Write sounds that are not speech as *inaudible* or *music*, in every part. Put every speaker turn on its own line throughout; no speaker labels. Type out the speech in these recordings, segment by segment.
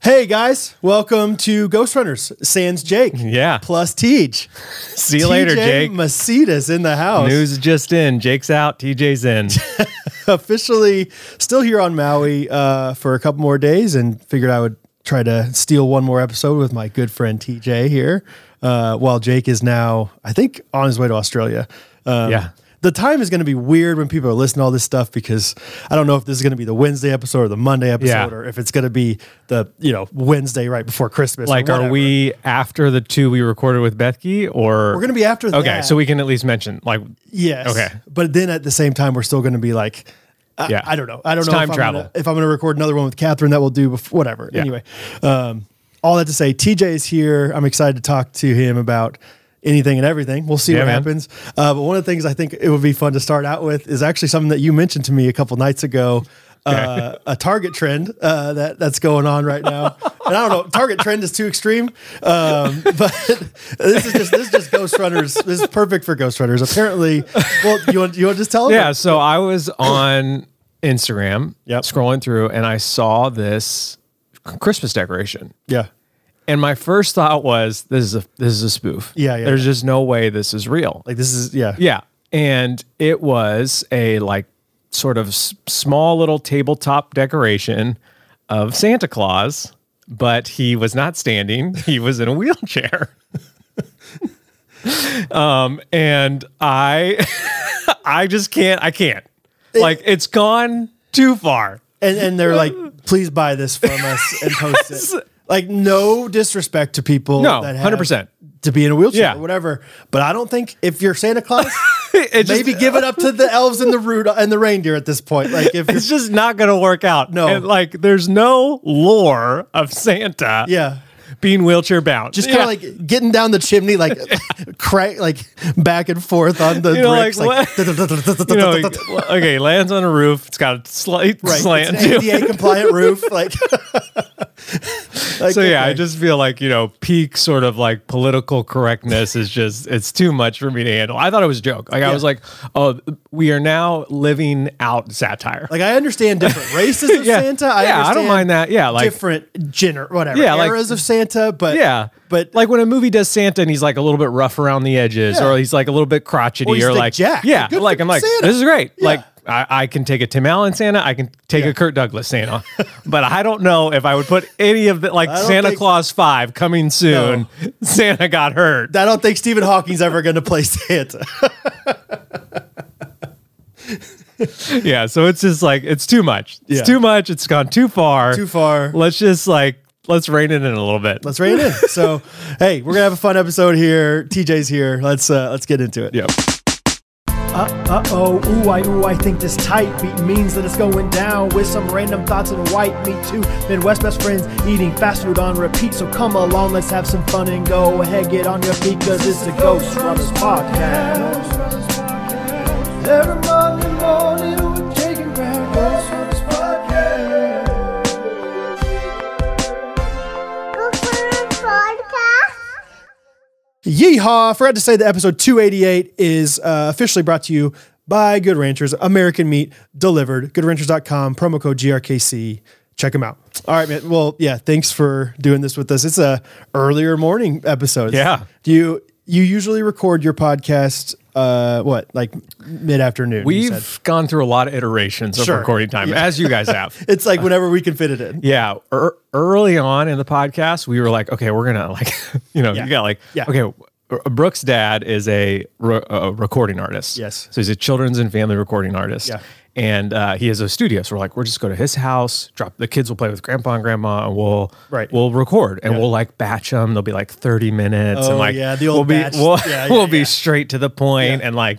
Hey guys, welcome to Ghost Runners. Sans Jake.
Yeah.
Plus Tej.
See you later, Jake.
Macedas in the house.
News just in. Jake's out.
*laughs*
TJ's in.
Officially still here on Maui uh, for a couple more days and figured I would try to steal one more episode with my good friend TJ here uh, while Jake is now, I think, on his way to Australia. Um,
Yeah.
The time is going to be weird when people are listening to all this stuff because I don't know if this is going to be the Wednesday episode or the Monday episode
Yeah.
or if it's going to be the, you know, Wednesday right before Christmas. or
Like, are
whatever.
we after the two we recorded with Bethke, or
We're gonna be after
Okay,
that.
so we can at least mention like
Yes.
Okay.
But then at the same time, we're still going to be like, I,
Yeah.
I don't know. I don't
It's
know
time
if I'm
travel.
gonna, if I'm going to record another one with Catherine that we'll do before, whatever.
Yeah.
Anyway, um, all that to say, TJ is here. I'm excited to talk to him about anything and everything. We'll see
Yeah,
what
man.
happens. Uh, but one of the things I think it would be fun to start out with is actually something that you mentioned to me a couple nights ago. Uh, a target trend uh, that that's going on right now, and I don't know. Target trend is too extreme, um, *laughs* but this is just this is just ghost runners. This is perfect for ghost runners. Apparently, well, you want you want to just tell them?
yeah. So I was on Instagram,
Yep.
scrolling through, and I saw this Christmas decoration,
yeah,
and my first thought was, "This is a this is a spoof.
Yeah, yeah,
There's just no way this is real.
like this is yeah,
Yeah. And it was a like sort of s- small little tabletop decoration of Santa Claus, but he was not standing, he was in a wheelchair. *laughs* um and I *laughs* I just can't I can't. Like it's gone too far. *laughs*
and and they're like, please buy this from us and post
*laughs*
it. Like no disrespect to people,
No,
that have
100%.
to be in a wheelchair
Yeah.
or whatever. But I don't think if you're Santa Claus,
It just-
maybe give it up to the elves and the root and the reindeer at this point. Like if you're,
*laughs* it's just not going to work out.
No.
And, like there's no lore of Santa
yeah,
being wheelchair bound.
just kind
Yeah.
of like getting down the chimney,
*laughs*
like crack, like back and forth on the
know,
bricks,
like,
like, *laughs*
you know, like, okay, lands on a roof. It's got a slight
Right, it's
slant.
an
to it.
ADA compliant roof, like. *laughs* Like,
*laughs* So yeah, I
okay.
just feel like you know, peak sort of like political correctness is just it's too much for me to handle. I thought it was a joke. Like I was like, oh, we are now living out satire.
Like I understand different races of
*laughs* Yeah.
Santa.
Yeah, I don't
understand
mind that. Yeah, like-
different gener whatever
Yeah, like-
eras of Santa, but
yeah,
but
like when a movie does Santa and he's like a little bit rough around the edges,
Yeah.
or he's like a little bit crotchety,
Or he's the
like
Jack.
yeah,
Good
like
for
I'm like
Santa.
this is great.
Yeah.
Like I, I can take a Tim Allen Santa, I can take a Kurt
*laughs*
Douglas Santa, but I don't know if I would put any of the like
don't
Santa
think-
Claus Five coming soon. Santa got
*laughs*
hurt.
I don't think Stephen Hawking's ever going to play Santa. *laughs*
yeah, so it's just like it's too much. It's
Yeah.
too much. It's gone too far.
Too far.
Let's just like let's rein it in a little bit.
Let's rein it in. So, hey, we're gonna have a fun episode here. TJ's here. Let's uh, let's get into it.
yeah.
Uh oh, ooh, I, ooh, I think this tight beat means that it's going down with some random thoughts and white meat too. Midwest best friends eating fast food on repeat. So come along, let's have some fun and go ahead, get on your feet, cause it's the Ghost Runners Podcast. Every Monday morning, we're taking back Ghost Runners Podcast.
podcast.
Yeehaw! Forgot to say that episode 288 is uh, officially brought to you by Good Ranchers, American meat delivered. GoodRanchers.com, promo code GRKC. Check them out. All right, man. Well, yeah. Thanks for doing this with us. It's a earlier morning episode.
Yeah.
Do you you usually record your podcast? Uh, what like mid afternoon?
We've gone through a lot of iterations of
Sure.
recording time, as you
*laughs*
guys have.
It's like whenever we can fit it
*laughs*
in.
Yeah, ear early on in the podcast, we were like, okay, we're gonna like, *laughs* you know,
Yeah.
you got like,
Yeah.
okay. R- Brooks' dad is a, re- a recording artist.
Yes.
so he's a children's and family recording artist.
Yeah.
and uh, he has a studio. So we're like, we're just go to his house. Drop the kids will play with grandpa and grandma, and we'll
Right.
we'll record and we'll like batch them. They'll be like thirty minutes,
Oh,
and like
yeah, the old
we'll be
batch.
we'll,
Yeah, yeah,
*laughs* we'll be
yeah.
straight to the point and like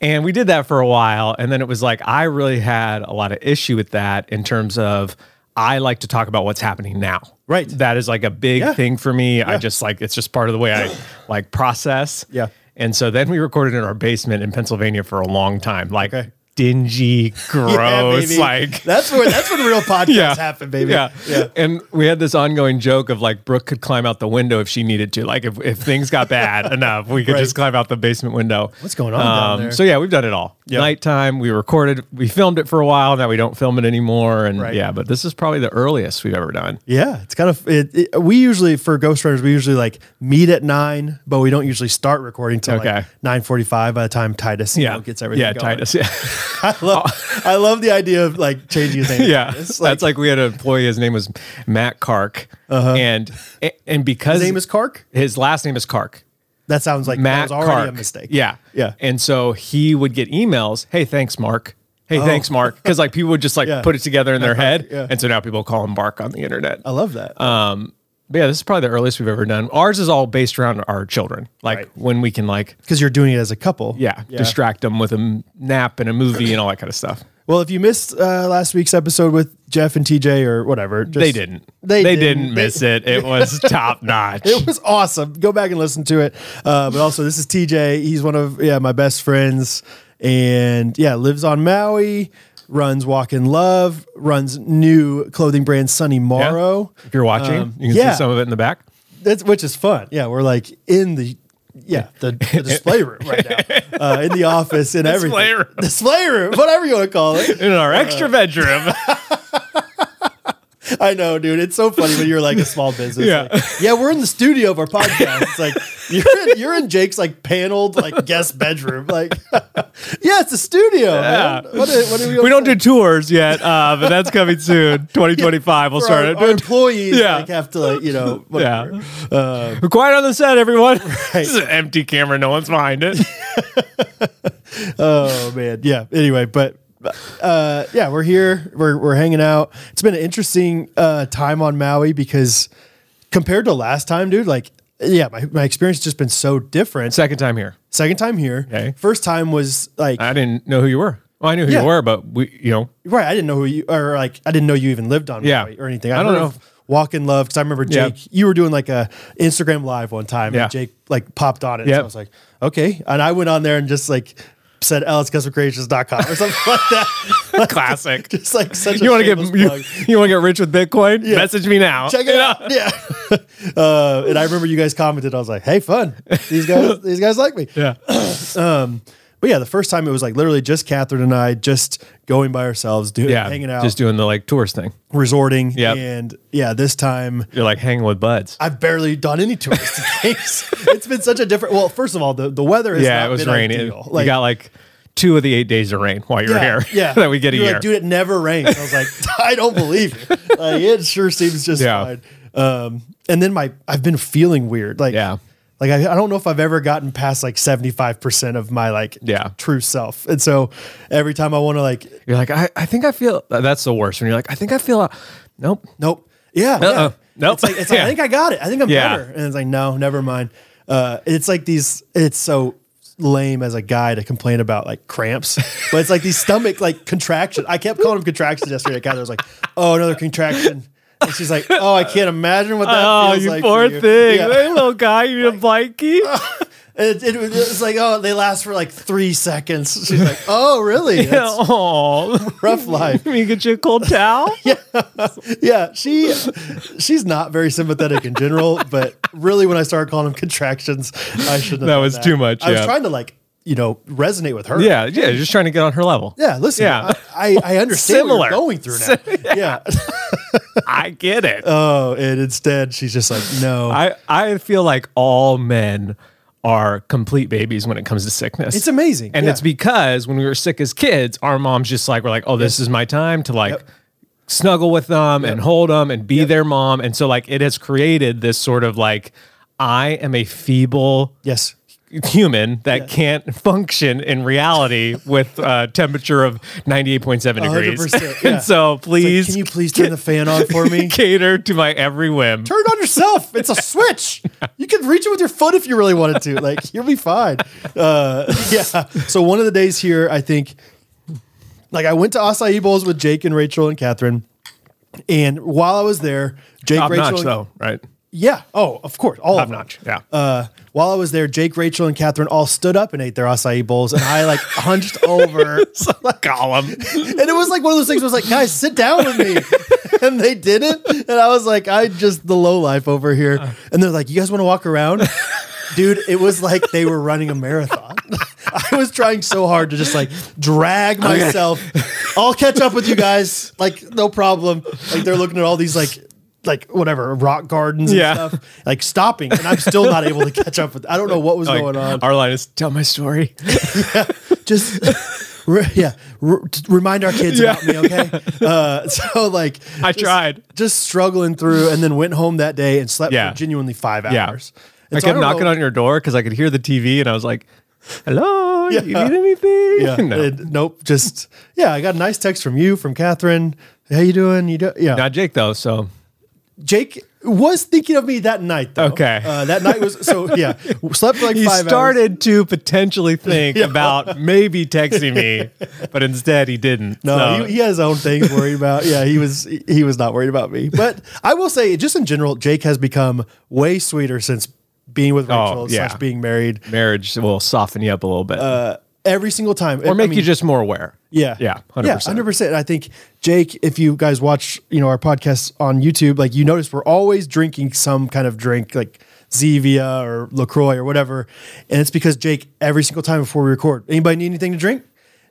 and we did that for a while and then it was like i really had a lot of issue with that in terms of i like to talk about what's happening now
Right.
that is like a big
Yeah.
thing for me i just like it's just part of the way
*gasps*
i like process
Yeah.
and so then we recorded in our basement in pennsylvania for a long time like
Okay. *laughs*
dingy, gross,
baby.
like
that's where that's when
*laughs*
real podcasts
yeah.
happen, baby.
Yeah.
yeah.
And we had this ongoing joke of like Brooke could climb out the window if she needed to. Like if, if things
*laughs*
got bad enough, we could
Right.
just climb out the basement window. Um,
What's going on down there?
So yeah, we've done it all. Nighttime, we recorded, we filmed it for a while. Now we don't film it anymore. And
Right.
yeah, but this is probably the earliest we've ever done.
Yeah, it's kind of it, it- we usually for Ghost Runners we usually like meet at nine, but we don't usually start recording till
Okay.
like nine forty five. By the time Titus you
Yeah.
know, gets everything.
Yeah,
going. *laughs*
Titus. *laughs* Yeah.
I
*laughs*
love I love the idea of like changing his name. to
yeah.
Titus. like, Uh-huh.
That's like we had an employee, his name was Matt Kark. And and because
his name is Kark.
his last name is Kark.
That sounds like
Matt
that was already
Kark.
a mistake.
Yeah.
Yeah.
And so he would get emails, hey, thanks, Mark. Hey, thanks, Mark. Because like people would just like
Oh. *laughs* Yeah.
put it together in their head.
yeah.
And so now people call him Bark on the internet.
I love that.
Uh, But yeah, this is probably the earliest we've ever done. Ours is all based around our children. Like
Right.
when we can like,
Because you're doing it as a couple.
yeah, distract them with a m- nap and a movie and all that kind of stuff.
Well, if you missed uh, last week's episode with Jeff and TJ or whatever, just,
They didn't.
They
didn't,
didn't.
miss
*laughs*
it. It was top notch.
It was awesome. Go back and listen to it. Uh, but also, this is TJ. He's one of yeah my best friends, and yeah lives on Maui. Runs Walk in Love. Runs new clothing brand Sunny
Yeah.
Morrow.
If you're watching,
Um,
you can
yeah.
see some of it in the back.
That's which is fun. Yeah, we're like in the yeah the, the display room right
*laughs*
now, uh, in the office, in everything.
Display room.
display room, whatever you want to call it.
In our extra bedroom.
I know, dude. It's so funny when you're like a
*laughs*
small business.
Yeah.
Like, yeah, we're in the studio of our podcast. It's like you're in, you're in Jake's like paneled like guest bedroom. Like, *laughs* yeah, it's a studio. man. What, are, what are we?
we don't do tours yet, uh, but that's coming
*laughs*
soon. 2025, we'll
for
start
our, our
it.
employees
Yeah.
like have to like you know whatever.
*laughs* Yeah. We're quiet on the set, everyone. *laughs* this is an empty camera. No one's behind it.
Oh man, yeah. Anyway, but uh, yeah, we're here. We're we're hanging out. It's been an interesting uh, time on Maui because compared to last time, dude. Like, yeah, my my experience has just been so different.
Second time here.
*laughs* Second time here.
Okay.
First time was like
I didn't know who you were. Well, I knew who
Yeah.
you were, but we,
*laughs*
you know,
Right. I didn't know who you or like I didn't know you even lived on
Yeah.
Maui or anything. I,
I
don't
don't
know.
know.
Walk in Love because I remember
Yeah.
Jake. You were doing like a Instagram live one time.
Yeah.
And Jake like popped on it. So
Yep.
I was like, okay. And I went on there and just like said lscustomcreations.com or something *laughs* like that. *laughs*
classic.
It's like such
you
a
want to
shameless
get you,
plug.
want to get rich with Bitcoin? Message me now.
Check it out. Yeah. *laughs* uh, and I remember you guys commented. I was like, hey, fun. These
*laughs*
guys. these guys like me.
*laughs*
*laughs*
Yeah.
But yeah, the first time it was like literally just Catherine and I just going by ourselves, doing
Yeah.
hanging out,
Just doing the like tours thing.
resorting.
Yep.
And yeah, this time
You're like hanging with buds.
I've barely done any *laughs* touristy things. It's been such a different. Well, first of all, the, the weather has
yeah.
not
It was
been
raining.
ideal.
you got like two of the eight days of rain while you were
yeah,
*laughs* here.
yeah.
that we get a
You're
year.
Like, Dude, it never rains. I was like, *laughs* I don't believe you. Like, it sure seems just
Yeah.
fine. Um, and then my I've been feeling weird. Like
Yeah.
Like I, I don't know if I've ever gotten past like seventy five percent of my like
Yeah.
true self, and so every time I want to like
You're like, I, I think I feel that's the worst when you're like, I think I feel out. Nope.
Nope. Yeah. yeah.
Uh-uh. Nope.
It's like, it's like I
Yeah.
think I got it. I think I'm
Yeah.
better. And it's like, no, never mind. Uh, it's like these, it's so lame as a guy to complain about like cramps, *laughs* but it's like these stomach like contractions. I kept calling them contractions yesterday. Catherine was like, oh, another contraction. And she's like, oh, I can't imagine what that
Oh,
feels
you
like. for
poor
you."
thing.
Yeah.
Hey, little guy, you need a blankie?
It, it, was- it was like, oh, they last for like three seconds. She's like, oh, really? *laughs*
*laughs*
That's
Oh,
rough life.
let me get you a cold towel.
Yeah, she she's not very sympathetic in general, *laughs* but really when I started calling them contractions, I shouldn't. Have
That
done
was too much,
I was
yeah.
trying to like you know resonate with her.
*laughs* Yeah, yeah, just trying to get on her level.
yeah. Listen,
Yeah.
I, I I understand what you're
Similar.
going through
*laughs*
now. yeah.
I get it.
Oh, and instead she's just like, no,
I, I feel like all men are complete babies when it comes to sickness.
it's amazing,
And
Yeah.
it's because when we were sick as kids, our moms just like were like, "Oh, this is my time to like snuggle with them and hold them and be their mom." And so like it has created this sort of like I am a feeble
yes.
human that can't function in reality with a temperature of 98.7 degrees. *laughs*
100%, yeah.
and so
Like,
please *laughs*
can you please turn the fan on for me?
cater to my every whim.
Turn it on yourself.
*laughs*
It's a switch. You can reach it with your foot if you really wanted to. Like you'll be fine. Uh, *laughs* yeah. So one of the days here, I think, like I went to acai bowls with Jake and Rachel and Catherine, and while I was there, Jake,
Top
Rachel,
notch though, right?
Yeah. Oh, of course. All
Top
of
notch.
Them.
Yeah. *laughs*
Uh, while I was there, Jake, Rachel, and Catherine all stood up and ate their acai bowls, and I like
*laughs*
hunched over,
Gollum.
and it was like one of those things. Where I was like, guys, sit down with
*laughs*
me, and they didn't, and I was like, I just the low life over here,
Uh.
and they're like, you guys want to walk around, dude? It was like they were running a marathon. *laughs* I was trying so hard to just like drag myself. I'll catch up with you guys, like no problem. Like they're looking at all these like. Like whatever rock gardens and
Yeah.
stuff, like stopping, and I'm still not able to catch up with. I don't know what was *laughs*
Like,
going on.
Our line is tell my story.
*laughs* just re- yeah re- t- remind our kids about me okay *laughs* uh, so like
I
just-
tried.
just struggling through and then went home that day and slept
Yeah.
for genuinely five
Yeah.
hours And
I
so
kept
don't
knocking
know-
on your door because I could hear the TV and I was like, hello, you need
Yeah.
anything?
*laughs* yeah
*laughs* No.
it- nope just yeah i got a nice text from you from catherine how you doing you do yeah
Not Jake though, so
jake was thinking of me that night though.
Okay.
uh, that night was so
*laughs*
yeah slept for like
he
five hours.
started to
*laughs*
potentially think about maybe texting me, but instead he didn't.
No,
So-
he, he has his own things worried about. Yeah, he was he- he was not worried about me. But I will say, just in general, Jake has become way sweeter since being with Rachel
Oh, yeah.
slash being married.
marriage will soften you up a little bit
Every single time,
or make you just more aware.
Uh, yeah
Yeah, 100%.
yeah hundred percent. I think Jake, if you guys watch you know our podcast on YouTube, like you notice we're always drinking some kind of drink like. Zevia or LaCroix or whatever. And it's because Jake, every single time before we record, anybody need anything to drink?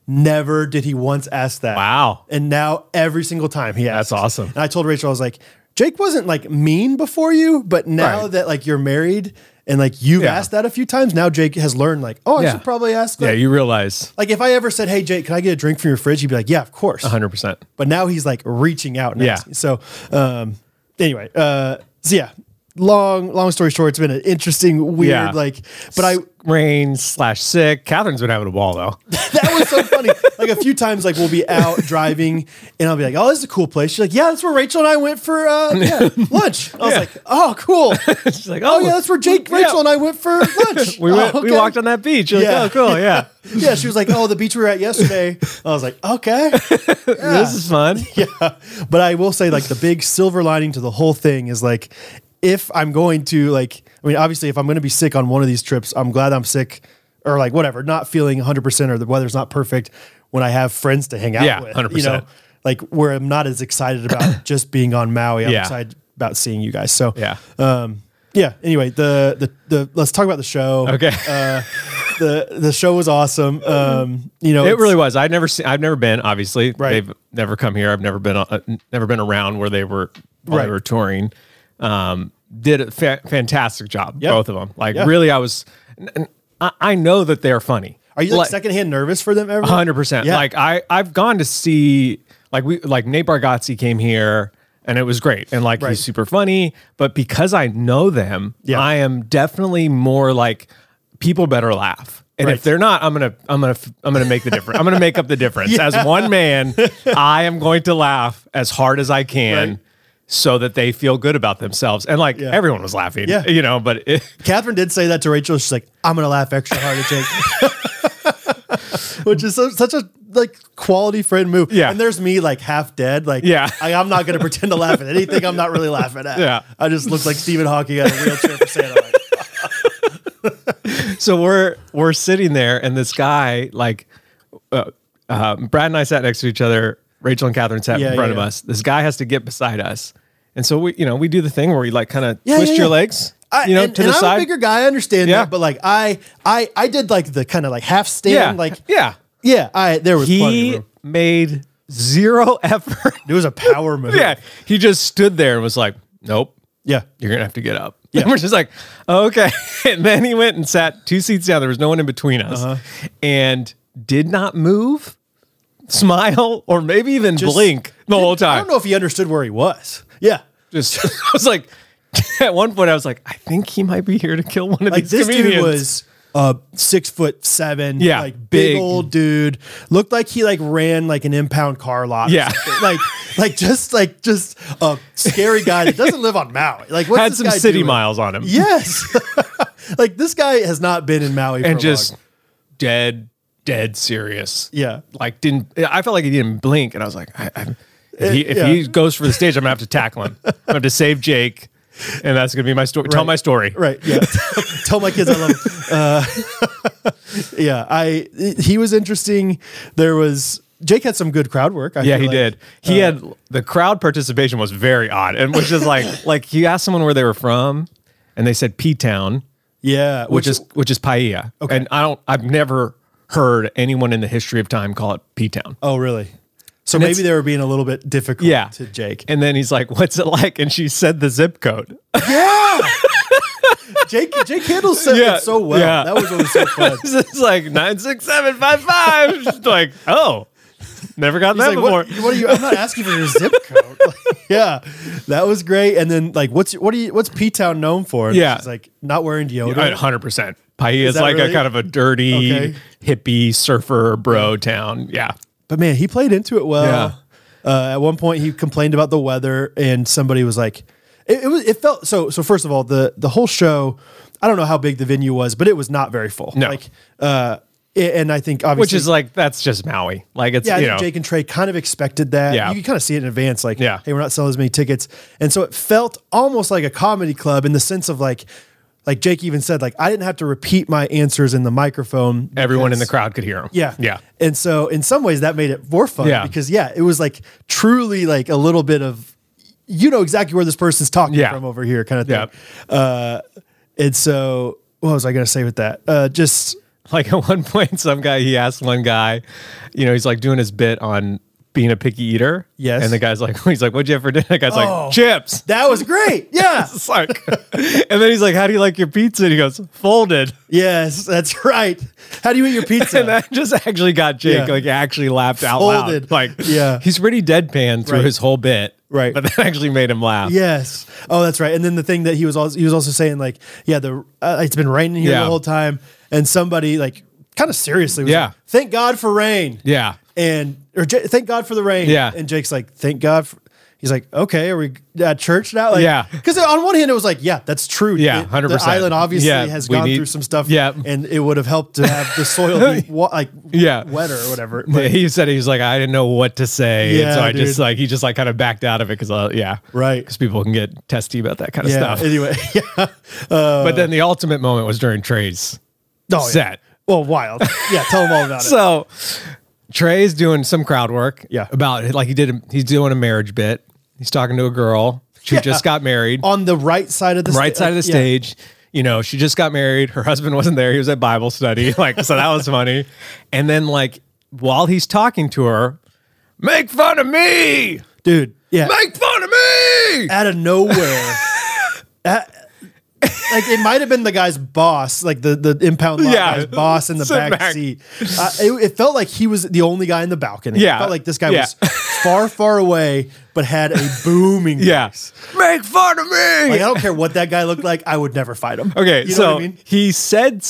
Never did he once ask that.
Wow.
And now every single time he asks.
That's awesome.
And I told Rachel, I was like, Jake wasn't like mean before you, but now
Right.
that like you're married and like you've
Yeah.
asked that a few times, now Jake has learned like, oh, I
Yeah.
should probably ask
Yeah,
that.
you realize
like if I ever said, hey, Jake, can I get a drink from your fridge? He'd be like, yeah, of course.
100%.
But now he's like reaching out. And
Yeah.
asking. So um, anyway, uh, so yeah, long, long story short, it's been an interesting, weird,
Yeah.
like, but I,
rain slash sick. Catherine's been having a ball though. *laughs*
that was so funny. Like a few times, like we'll be out driving, and I'll be like, "Oh, this is a cool place." She's like, "Yeah, that's where Rachel and I went for uh, yeah, lunch." I was
*laughs* Yeah.
like, "Oh,
*laughs*
cool."
She's like,
Oh yeah, that's where Jake,
Yeah.
Rachel, and I went for lunch.
*laughs* We
Oh,
went, we
okay.
walked on that beach. You're like,
Yeah.
oh, cool. Yeah.
Yeah, she was like, "Oh, the beach we were at yesterday." I was like, "Okay." *laughs* Yeah.
This is fun.
*laughs* yeah. But I will say, like, the big silver lining to the whole thing is like, if I'm going to, like, I mean, obviously, if I'm going to be sick on one of these trips, I'm glad I'm sick or like whatever, not feeling 100% or the weather's not perfect when I have friends to hang out
Yeah,
with. You
100%.
know, like, where I'm not as excited
*coughs*
about just being on Maui. I'm
Yeah.
excited about seeing you guys. So,
Yeah.
Um, yeah. Anyway, the, the, the, let's talk about the show.
Okay.
Uh, the, the show was awesome. Um, you know,
It
it's-
really was. I'd never seen. I've never been. Obviously,
Right.
they've never come here. I've never been. Uh, never been around where they were. While
Right.
they were touring. Um, did a fa- fantastic job.
Yeah.
Both of them. Like
Yeah.
really, I was. n- n- I I know that they're funny.
are you like,
Like-
secondhand nervous for them ever?
hundred percent.
Yeah.
Like I, I've gone to see like we like Nate Bargatze came here and it was great and like
Right.
he's super funny. But because I know them,
Yeah.
I am definitely more like people better laugh. And
Right.
if they're not, I'm gonna, I'm gonna, f- I'm gonna make the difference. I'm gonna make up
*laughs*
the difference as one man. I am going to laugh as hard as I can.
Right.
So that they feel good about themselves, and like
Yeah.
everyone was laughing,
Yeah.
you know. But it,
Catherine did say that to Rachel. She's like, I'm gonna laugh extra hard at Jake. *laughs* Which is so, such a like quality friend move.
Yeah.
And there's me like half dead. Like
Yeah.
I, am not gonna pretend to laugh at anything I'm not really laughing at.
Yeah.
I just look like Stephen Hawking at a wheelchair for Santa. Like,
so we're we're sitting there, and this guy, like, uh, uh, Brad and I sat next to each other. Rachel and Catherine sat
Yeah,
in front
yeah,
of
yeah.
us. This guy has to get beside us, and so we, you know, we do the thing where we like kind of
Yeah,
twist
yeah,
your
yeah.
legs,
I,
*laughs* you know,
and,
to
and
the
I'm
side.
a bigger guy, I understand
Yeah.
that, but like I I I did like the kind of like half stand,
yeah,
like
yeah.
yeah, I there was plenty of
He
room.
made zero *laughs* effort.
It was a power move.
*laughs* yeah, he just stood there and was like, "Nope,
Yeah.
you're gonna have to get up. *laughs* And we're just like, okay. *laughs* And then he went and sat two seats down. There was no one in between us,
Uh-huh.
and did not move, smile, or maybe even blink the whole
I
time.
don't know if he understood where he was. Yeah.
Just *laughs* I was like, at one point I was like, I think he might be here to kill one of
like
these
this
comedians.
dude was uh six foot seven
Yeah,
like big,
big.
old dude looked like he like ran like an impound car lot or
Yeah.
something. like like just like just a scary guy that doesn't live on maui like what's
had
this
some
guy
city
doing?
miles on him,
yes *laughs* like this guy has not been in maui for
and
long.
just dead, dead serious.
yeah
like didn't I felt like he didn't blink, and I was like, I, I, if, he, if
yeah.
he goes for the stage, I'm gonna have to tackle him. I'm gonna have to save Jake. and that's gonna be my story. Tell
Right.
my story.
Right. Yeah. *laughs* Tell my kids I love them. Uh, *laughs* yeah. I he was interesting. There was Jake had some good crowd work. I
Yeah,
feel
he
like.
did. He had the crowd participation was very odd, and which is like
*laughs*
like you asked someone where they were from, and they said P Town,
Yeah.
which, is which is Paia. Okay. And I don't, I've never heard anyone in the history of time call it P Town.
oh really? So
And
maybe
it's-
they were being a little bit difficult
Yeah.
to Jake.
And then he's like, "What's it like?" And she said the zip code.
Jake Jake handles it
*laughs* Yeah,
so well.
yeah.
That was
*laughs*
always so fun.
it's like nine six seven five five. Just like, oh, never got that
He's like,
before.
what, what are you? I'm not asking for your zip
*laughs*
code. Like, yeah, that was great. And then like, what's what are you? What's P Town known for? And
Yeah.
she's like not wearing deodorant.
hundred percent. Paia is
that
like
really-
a kind of a dirty
Okay.
hippie surfer bro town. Yeah.
but man, he played into it well. Uh, at one point, he complained about the weather, and somebody was like, "It, it was." It felt so. So first of all, the the whole show, I don't know how big the venue was, but it was not very full.
No.
Like, uh, a- and I think obviously,
Which is like that's just Maui. Like it's
yeah, I
you
think
know
Jake and Trey kind of expected that.
Yeah.
You could kind of see it in advance, like,
Yeah.
hey, we're not selling as many tickets. And so it felt almost like a comedy club in the sense of like, like Jake even said, like, I didn't have to repeat my answers in the microphone.
everyone in the
because-
crowd could hear him.
Yeah.
Yeah.
And so in some ways that made it more fun
Yeah.
because yeah, it was like truly like a little bit of you know exactly where this person's talking
Yeah.
from over here kind of thing. Uh and so what was I gonna say with that? Uh just
Like at one point, some guy he asked one guy, you know, he's like doing his bit on being a picky eater.
Yes.
And the guy's like, *laughs* he's like, what'd you have for dinner? The guy's
Oh.
like, chips.
that was
*laughs*
great. Yeah.
It's like, and then he's like, how do you like your pizza? And he goes, folded.
yes, that's right. How do you eat your pizza?
And that just actually got Jake
Yeah.
like actually laughed out
Folded.
loud. Like,
Yeah.
he's pretty deadpan through
Right.
his whole bit.
Right.
But that actually made him laugh.
Yes. Oh, that's right. And then the thing that he was also he was also saying like, yeah, the uh, it's been raining here
Yeah.
the whole time, and somebody like kind of seriously, was
Yeah.
like, thank God for rain.
Yeah.
and or J- thank God for the rain.
Yeah.
and Jake's like, thank God. For, he's like, okay, are we at church now? Like,
Yeah.
because on one hand it was like, yeah, that's true.
Yeah,
It-
100%.
The island obviously
Yeah,
has
we
gone
need-
through some stuff.
Yeah.
and it would have helped to have the soil
*laughs*
be wa- like
Yeah.
wetter or whatever.
Yeah, he said he was like, I didn't know what to say.
Yeah,
and so I
dude.
just like, he just like kind of backed out of it because, uh, yeah.
Right.
Because people can get testy about that kind of
yeah. uh,
stuff.
Anyway, *laughs* yeah.
but then the ultimate moment was during Trey's
Oh, yeah.
set.
Well, wild. Yeah, tell them all about it.
*laughs* So Trey's doing some crowd work.
Yeah.
About like he did, he's doing a marriage bit. He's talking to a girl who
Yeah.
just got married.
on the right side of the
right
sta-
side of the
yeah.
stage. You know, she just got married. Her husband wasn't there. He was at Bible study. *laughs* Like, so that was funny. And then, like, while he's talking to her, make fun of me.
dude. Yeah,
Make fun of me.
out of nowhere.
*laughs*
At- like it might have been the guy's boss, like the the impound lot
Yeah.
guy's boss in the
Sit
back,
back.
seat. Uh, it, it felt like he was the only guy in the balcony.
Yeah.
it felt like this guy
Yeah.
was far, far away, but had a booming.
Yeah.
voice.
Make fun of me.
like I don't care what that guy looked like. I would never fight him.
Okay,
you know
so
what I mean.
he said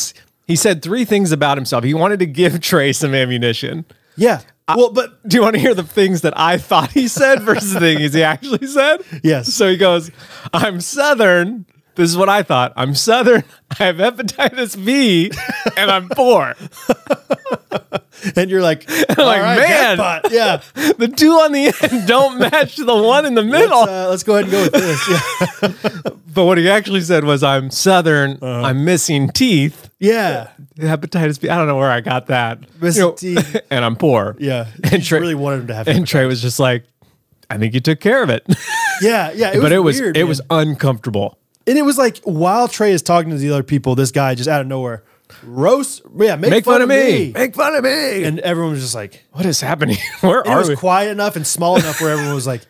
he said three things about himself. He wanted to give *laughs* Trey some ammunition.
Yeah. well, but
Do you want to hear the things that I thought he said versus the things he actually said?
*laughs* Yes.
So he goes, "I'm Southern." This is what I thought. I'm Southern. *laughs* I have hepatitis B, and I'm poor.
and you're like, all
*laughs* like,
right,
man.
jackpot.
*laughs*
yeah.
the two on the end *laughs* don't match the one in the middle.
Let's, uh, let's go ahead and go with this. Yeah.
but what he actually said was, "I'm Southern.
Uh-huh.
I'm missing teeth."
Yeah.
Hepatitis B. I don't know where I got that.
Missing
You know,
teeth.
*laughs* and I'm poor.
Yeah.
And
she
Trey-
really wanted him to have.
And Trey was just like, I think you took care of it. *laughs*
yeah. Yeah.
but it was
weird,
it
man.
was uncomfortable.
And it was like while Trey is talking to the other people, this guy just out of nowhere, roast, yeah, make,
Make fun, of me. Make fun of me. And
And everyone was just like,
what is happening? *laughs* Where
and it *laughs*
are
was
we?
quiet enough and small enough where everyone was like,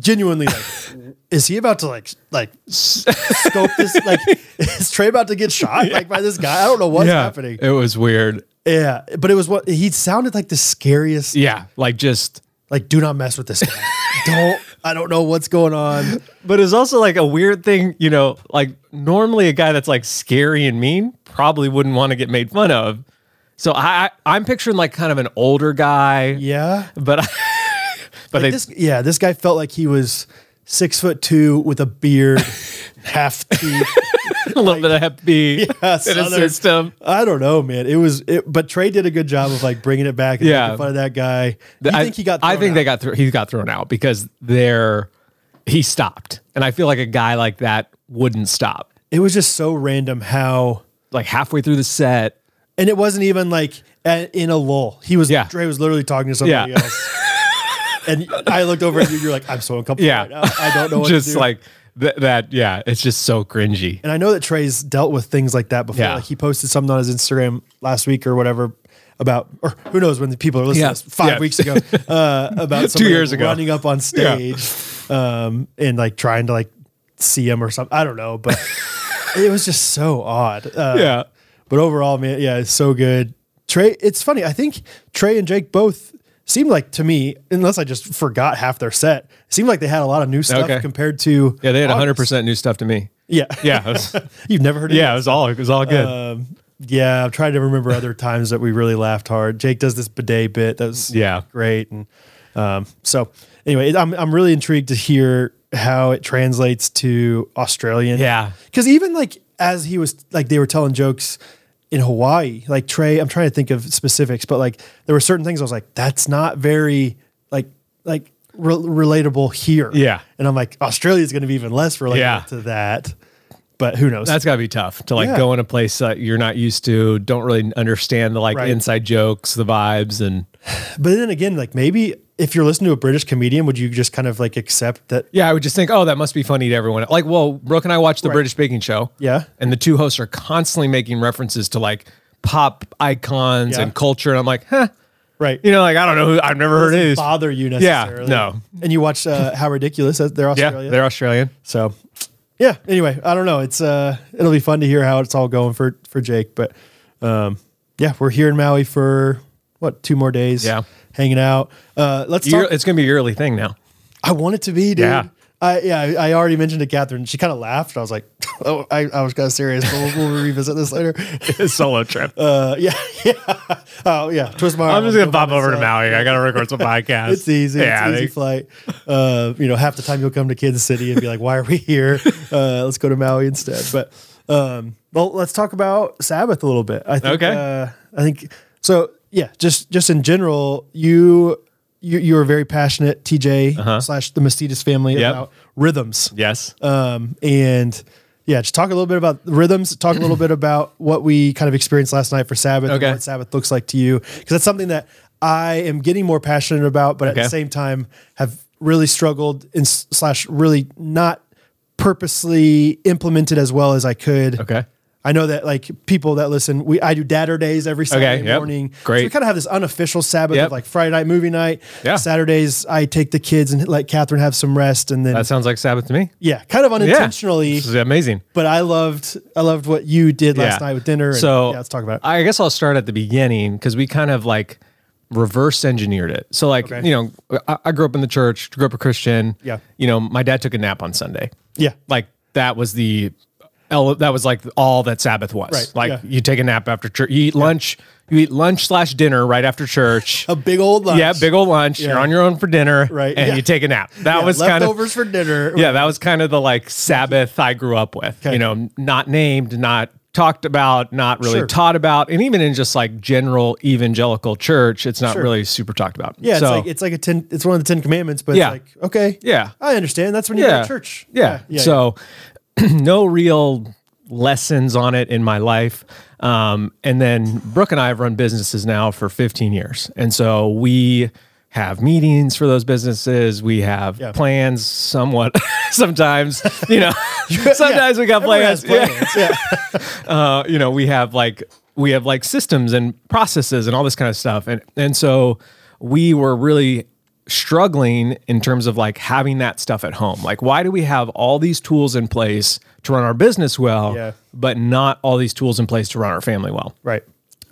genuinely
*laughs*
like, is he about to like, like scope this? Like, is Trey about to get
*laughs*
shot like by this guy? I don't know what's
yeah,
happening.
it was weird.
Yeah, but it was what he sounded like the scariest.
Yeah, like just.
Like, do not mess with this
*laughs*
guy. don't. I don't know what's going on.
But it's also like a weird thing, you know. Like normally, a guy that's like scary and mean probably wouldn't want to get made fun of. So I, I I'm picturing like kind of an older guy,
Yeah.
but *laughs* I, but they,
this yeah, this guy felt like he was six foot two with a
*laughs*
beard, half teeth.
*laughs* a little bit of Hep B *laughs* in
Southern-
his system.
I don't know, man. It was, it, but Trey did a good job of like bringing it back. And
Yeah.
making fun of that guy. You
I
think he got?
I
thrown
think
out?
they got through. He got thrown out because they're he stopped, and I feel like a guy like that wouldn't stop.
It was just so random how,
Like halfway through the set,
and it wasn't even like a, in a lull. He was,
Yeah.
Dre was literally talking to somebody
Yeah.
else. And I looked over at you. You're like, I'm so uncomfortable.
Yeah.
Right now. I don't know what to
*laughs* just
do.
like th- that. Yeah, it's just so cringy.
and I know that Trey's dealt with things like that before.
Yeah.
Like he posted something on his Instagram last week or whatever about, or who knows when the people are listening
Yeah.
to this, five
Yeah.
weeks ago,
*laughs*
uh, about somebody
years ago.
running up on
*laughs* Yeah.
stage um, and like trying to like see him or something. I don't know,
*laughs*
but it was just so odd. Uh,
Yeah.
But overall, man, yeah, it's so good. Trey, it's funny. I think Trey and Jake both seemed like to me, unless I just forgot half their set, seemed like they had a lot of new stuff
Okay.
compared to
Yeah, they had
August.
100% new stuff to me.
Yeah,
Yeah, it was,
*laughs* You've never heard of
yeah, it was all it was all good.
um, yeah, I'm trying to remember other times that we really laughed hard. Jake does this bidet bit. That was
Yeah.
great. And um, so anyway, I'm I'm really intrigued to hear how it translates to Australian.
Yeah.
because even like as he was like they were telling jokes in Hawaii, like Trey. I'm trying to think of specifics, but like there were certain things I was like, that's not very like like. Re- relatable here,
Yeah.
and I'm like Australia's going to be even less relatable
Yeah.
to that, but who knows?
That's got to be tough to like
Yeah.
go in a place that you're not used to, don't really understand the like
Right.
inside jokes, the vibes, and
But then again, like maybe if you're listening to a British comedian, would you just kind of like accept that?
yeah, I would just think, oh, that must be funny to everyone. Like, well, Brooke and I watch the British Baking Show,
Yeah.
and the two hosts are constantly making references to like pop icons
Yeah.
and culture, and I'm like, huh,
Right.
you know, like I don't know who I've never heard of
doesn't
this.
bother you
Yeah,
necessarily.
no.
And you watch uh, How Ridiculous. uh, They're
Yeah,
Australia.
they're Australian.
so yeah. Anyway, I don't know. It's uh, it'll be fun to hear how it's all going for for Jake. But um, yeah, we're here in Maui for what two more days?
Yeah.
hanging out. Uh, let's
Year,
talk.
it's gonna be a yearly thing *laughs* now.
I want it to be, dude.
Yeah.
I, yeah, I I already mentioned to Catherine. She kind of laughed. I was like, *laughs* oh, I, I was kind of serious, but we'll, we'll revisit this later.
solo *laughs* trip.
Uh, yeah, *laughs* yeah. Oh, yeah. Twist my arm.
I'm just gonna
Go by
pop over to
myself.
Maui. I gotta record *laughs* some podcasts.
It's easy.
Yeah,
it's easy
they-
flight. Uh, you know, half the time you'll come to Kansas City and be like, "Why are we here? Uh, let's go to Maui instead." But um, well, let's talk about Sabbath a little bit. I think.
Okay.
Uh, I think so. Yeah, just just in general, you you you are very passionate, TJ slash the Mastitis family
Uh-huh. Yep.
about rhythms.
yes.
Um, and yeah, just talk a little bit about the rhythms, talk a little
*laughs*
bit about what we kind of experienced last night for Sabbath
Okay.
and what Sabbath looks like to you. Cause that's something that I am getting more passionate about, but at
Okay.
the same time have really struggled and s- slash really not purposely implemented as well as I could.
Okay.
I know that like people that listen, we I do dadder days every Saturday
yep.
morning.
Great.
So we kind of have this unofficial Sabbath
Yep.
of like Friday night movie night.
Yeah.
Saturdays I take the kids and let Catherine have some rest and then
That sounds like Sabbath to me.
yeah, kind of
Yeah.
unintentionally.
This is amazing.
But I loved I loved what you did last
Yeah.
night with dinner. and-
so
yeah, let's talk about it.
I guess I'll start at the beginning because we kind of like reverse engineered it. So like
Okay.
you know, I, I grew up in the church, grew up a Christian.
Yeah.
You know, my dad took a nap on Sunday.
yeah,
Like that was the. ele- That was like all that Sabbath was.
Right,
Like
yeah.
you take a nap after church, you eat lunch, you eat lunch slash dinner right after church.
*laughs* a big old lunch.
Yeah, big old lunch. You're
Yeah.
on your own for dinner,
Right,
And
yeah.
you take a nap. That
Yeah,
was kind of
leftovers for dinner.
*laughs* yeah, that was kind of the like Sabbath I grew up with.
Okay.
You know, not named, not talked about, not really
Sure.
taught about, and even in just like general evangelical church, it's not really super talked about.
yeah. It's
So-
like it's like a ten. It's one of the Ten Commandments, but it's
Yeah.
like okay,
Yeah.
I understand. That's when you go
yeah,
to church.
Yeah.
yeah.
so *clears throat* no real lessons on it in my life. Um, and then Brooke and I have run businesses now for 15 years, and so we have meetings for those businesses. We have
Yeah.
plans, somewhat. *laughs* sometimes,
*laughs*
you know, sometimes we got
Everyone
plans.
has plans.
*laughs*
Yeah.
uh, you know, we have like we have like systems and processes and all this kind of stuff, and and so we were really struggling in terms of like having that stuff at home. Like, why do we have all these tools in place to run our business well,
Yeah.
but not all these tools in place to run our family well?
right.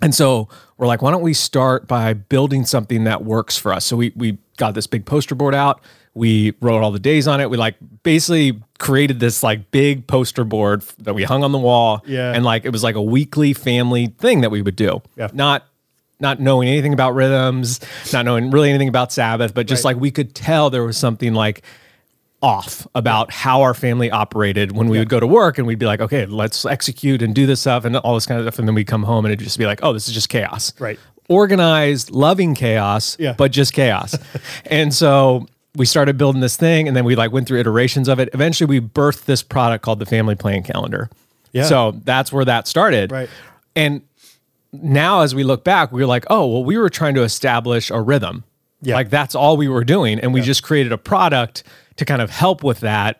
And so we're like, why don't we start by building something that works for us? So we we got this big poster board out. We wrote all the days on it. We like basically created this like big poster board f- that we hung on the wall.
Yeah.
And like it was like a weekly family thing that we would do.
Yeah.
Not not knowing anything about rhythms, not knowing really anything about Sabbath, but just
Right.
like we could tell there was something like off about how our family operated when we would go to work and we'd be like, okay, let's execute and do this stuff and all this kind of stuff. And then we'd come home and it'd just be like, oh, this is just chaos.
Right.
Organized, loving chaos,
Yeah. *laughs*
but just chaos. and so we started building this thing and then we like went through iterations of it. Eventually we birthed this product called the family plan calendar.
Yeah.
So that's where that started.
Right.
And now as we look back, we are like, oh, well, we were trying to establish a rhythm.
Yeah.
Like that's all we were doing. And we just created a product to kind of help with that,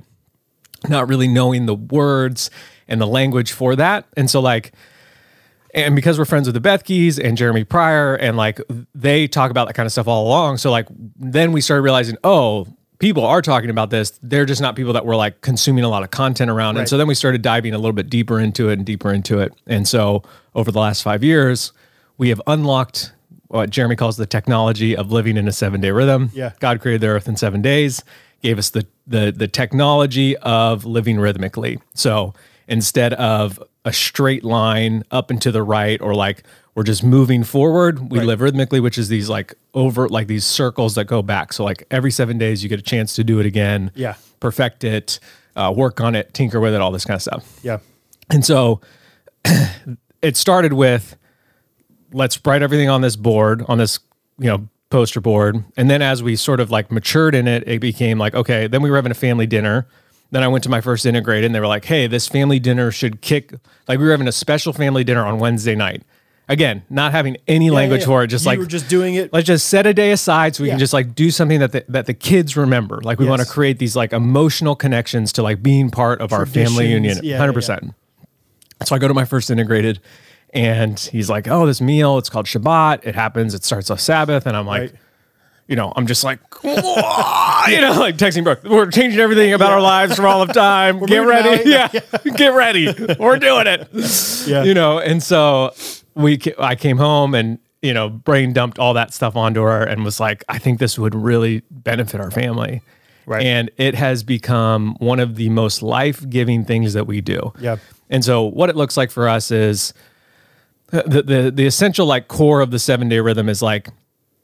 not really knowing the words and the language for that. And so like and because we're friends with the Bethkes and Jeremy Pryor, and like they talk about that kind of stuff all along. So like then we started realizing, oh, people are talking about this. They're just not people that we're like consuming a lot of content around.
Right.
And so then we started diving a little bit deeper into it and deeper into it. And so over the last five years, we have unlocked what Jeremy calls the technology of living in a seven day rhythm.
Yeah.
God created the earth in seven days, gave us the the the technology of living rhythmically. So instead of a straight line up and to the right, or like we're just moving forward, we live rhythmically, which is these like over like these circles that go back. So like every seven days, you get a chance to do it again.
Yeah.
perfect it, uh, work on it, tinker with it, all this kind of stuff.
Yeah.
And so *clears throat* it started with let's write everything on this board, on this, you know, poster board. And then as we sort of like matured in it, it became like, okay, then we were having a family dinner. Then I went to my first integrated and they were like, hey, this family dinner should kick. Like we were having a special family dinner on Wednesday night. Again, not having any language
yeah.
for it, just
You
like
were just doing it-
Let's just set a day aside so we
Yeah.
can just like do something that the, that the kids remember. Like we want to
Yes.
create these like emotional connections to like being part of our family
Traditions.
union.
Yeah, yeah, yeah.
Hundred percent. So I go to my first integrated and he's like, Oh, this meal, it's called Shabbat. It happens, it starts off Sabbath. And I'm like,
Right.
you know, I'm just like, *laughs* you know, like texting Brooke, we're changing everything about our lives for all
*laughs*
of time. get
moving out.
ready. *laughs* Yeah. Get ready. We're doing it.
Yeah.
You know, and so we, ca- I came home and, you know, brain dumped all that stuff onto her and was like, I think this would really benefit our family.
Right.
And it has become one of the most life giving things that we do.
Yeah.
And so what it looks like for us is the the the essential like core of the seven day rhythm is like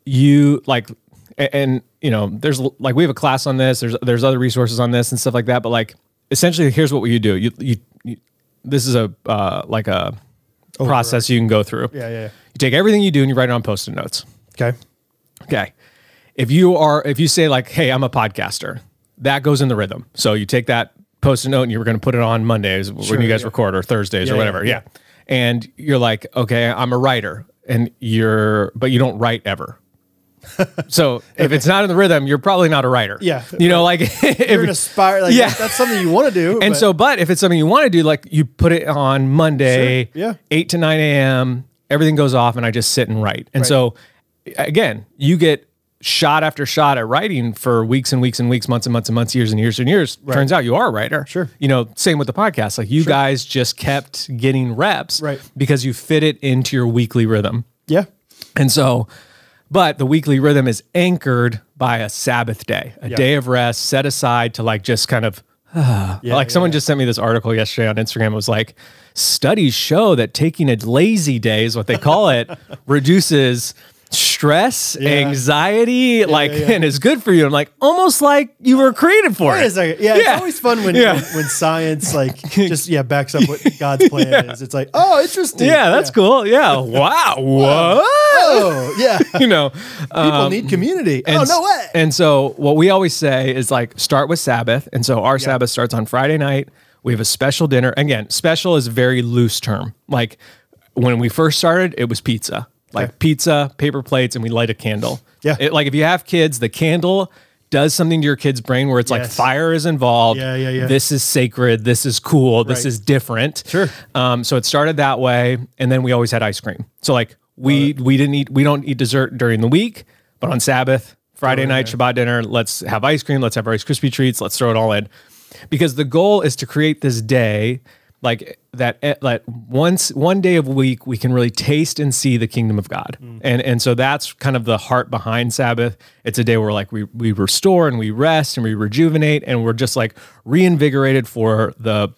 you like a- and you know there's like we have a class on this there's there's other resources on this and stuff like that but like essentially here's what you do you you, you this is a uh, like a process you can go through
Yeah, yeah, yeah.
you take everything you do and you write it on post-it notes
Okay.
Okay. If you are, if you say like, "Hey, I'm a podcaster," that goes in the rhythm. So you take that post-it note and you were going to put it on Mondays when you guys
yeah.
record or Thursdays
Yeah,
or whatever.
yeah,
Yeah, And you're like, "Okay, I'm a writer," and you're, but you don't write
*laughs*
ever. So if it's not in the rhythm, you're probably not a writer.
Yeah.
You know, like *laughs* if
You're an aspire. Like,
Yeah.
that- That's something you want to do.
*laughs* and
but-
so, but if it's something you want to do, like you put it on Monday,
Sure, yeah.
8 to 9 a.m., everything goes off and I just sit and write. And so, again, you get shot after shot at writing for weeks and weeks and weeks, months and months and months, years and years and years. Turns out you are a writer.
Sure.
You know, same with the podcast. Like you guys just kept getting reps
Right.
because you fit it into your weekly rhythm.
yeah.
And so, but the weekly rhythm is anchored by a Sabbath day, a day of rest set aside to like just kind of *sighs* like
yeah,
someone just sent me this article yesterday on Instagram. It was like, studies show that taking a lazy day is what they
*laughs*
call it reduces stress, anxiety, like,
yeah.
and is good for you. I'm like, almost like you were created for
Wait a
it.
second. Yeah,
Yeah.
it's always fun when,
Yeah.
when when science
*laughs*
like just yeah backs up what God's plan is. It's like oh interesting.
Yeah, that's cool. Yeah. Wow. Whoa.
Oh yeah, people
*laughs* You know,
need community.
And,
oh no way.
And so what we always say is like start with Sabbath. And so our Sabbath starts on Friday night. We have a special dinner. Again, special is a very loose term. Like when we first started, it was pizza. Like
Okay.
pizza, paper plates, and we light a candle.
Yeah.
It, like if you have kids, the candle does something to your kid's brain where it's like
Yes.
fire is involved.
Yeah, yeah, yeah.
This is sacred. This is cool. This
Right.
is different.
Sure.
Um, so it started that way, and then we always had ice cream. So like we we didn't eat we don't eat dessert during the week, but on Sabbath, Friday night, Shabbat dinner, let's have ice cream. Let's have Rice Krispie treats. Let's throw it all in, because the goal is to create this day like that eh, like once one day of week we can really taste and see the kingdom of god and and so that's kind of the heart behind sabbath it's a day where like we we restore and we rest and we rejuvenate and we're just like reinvigorated for the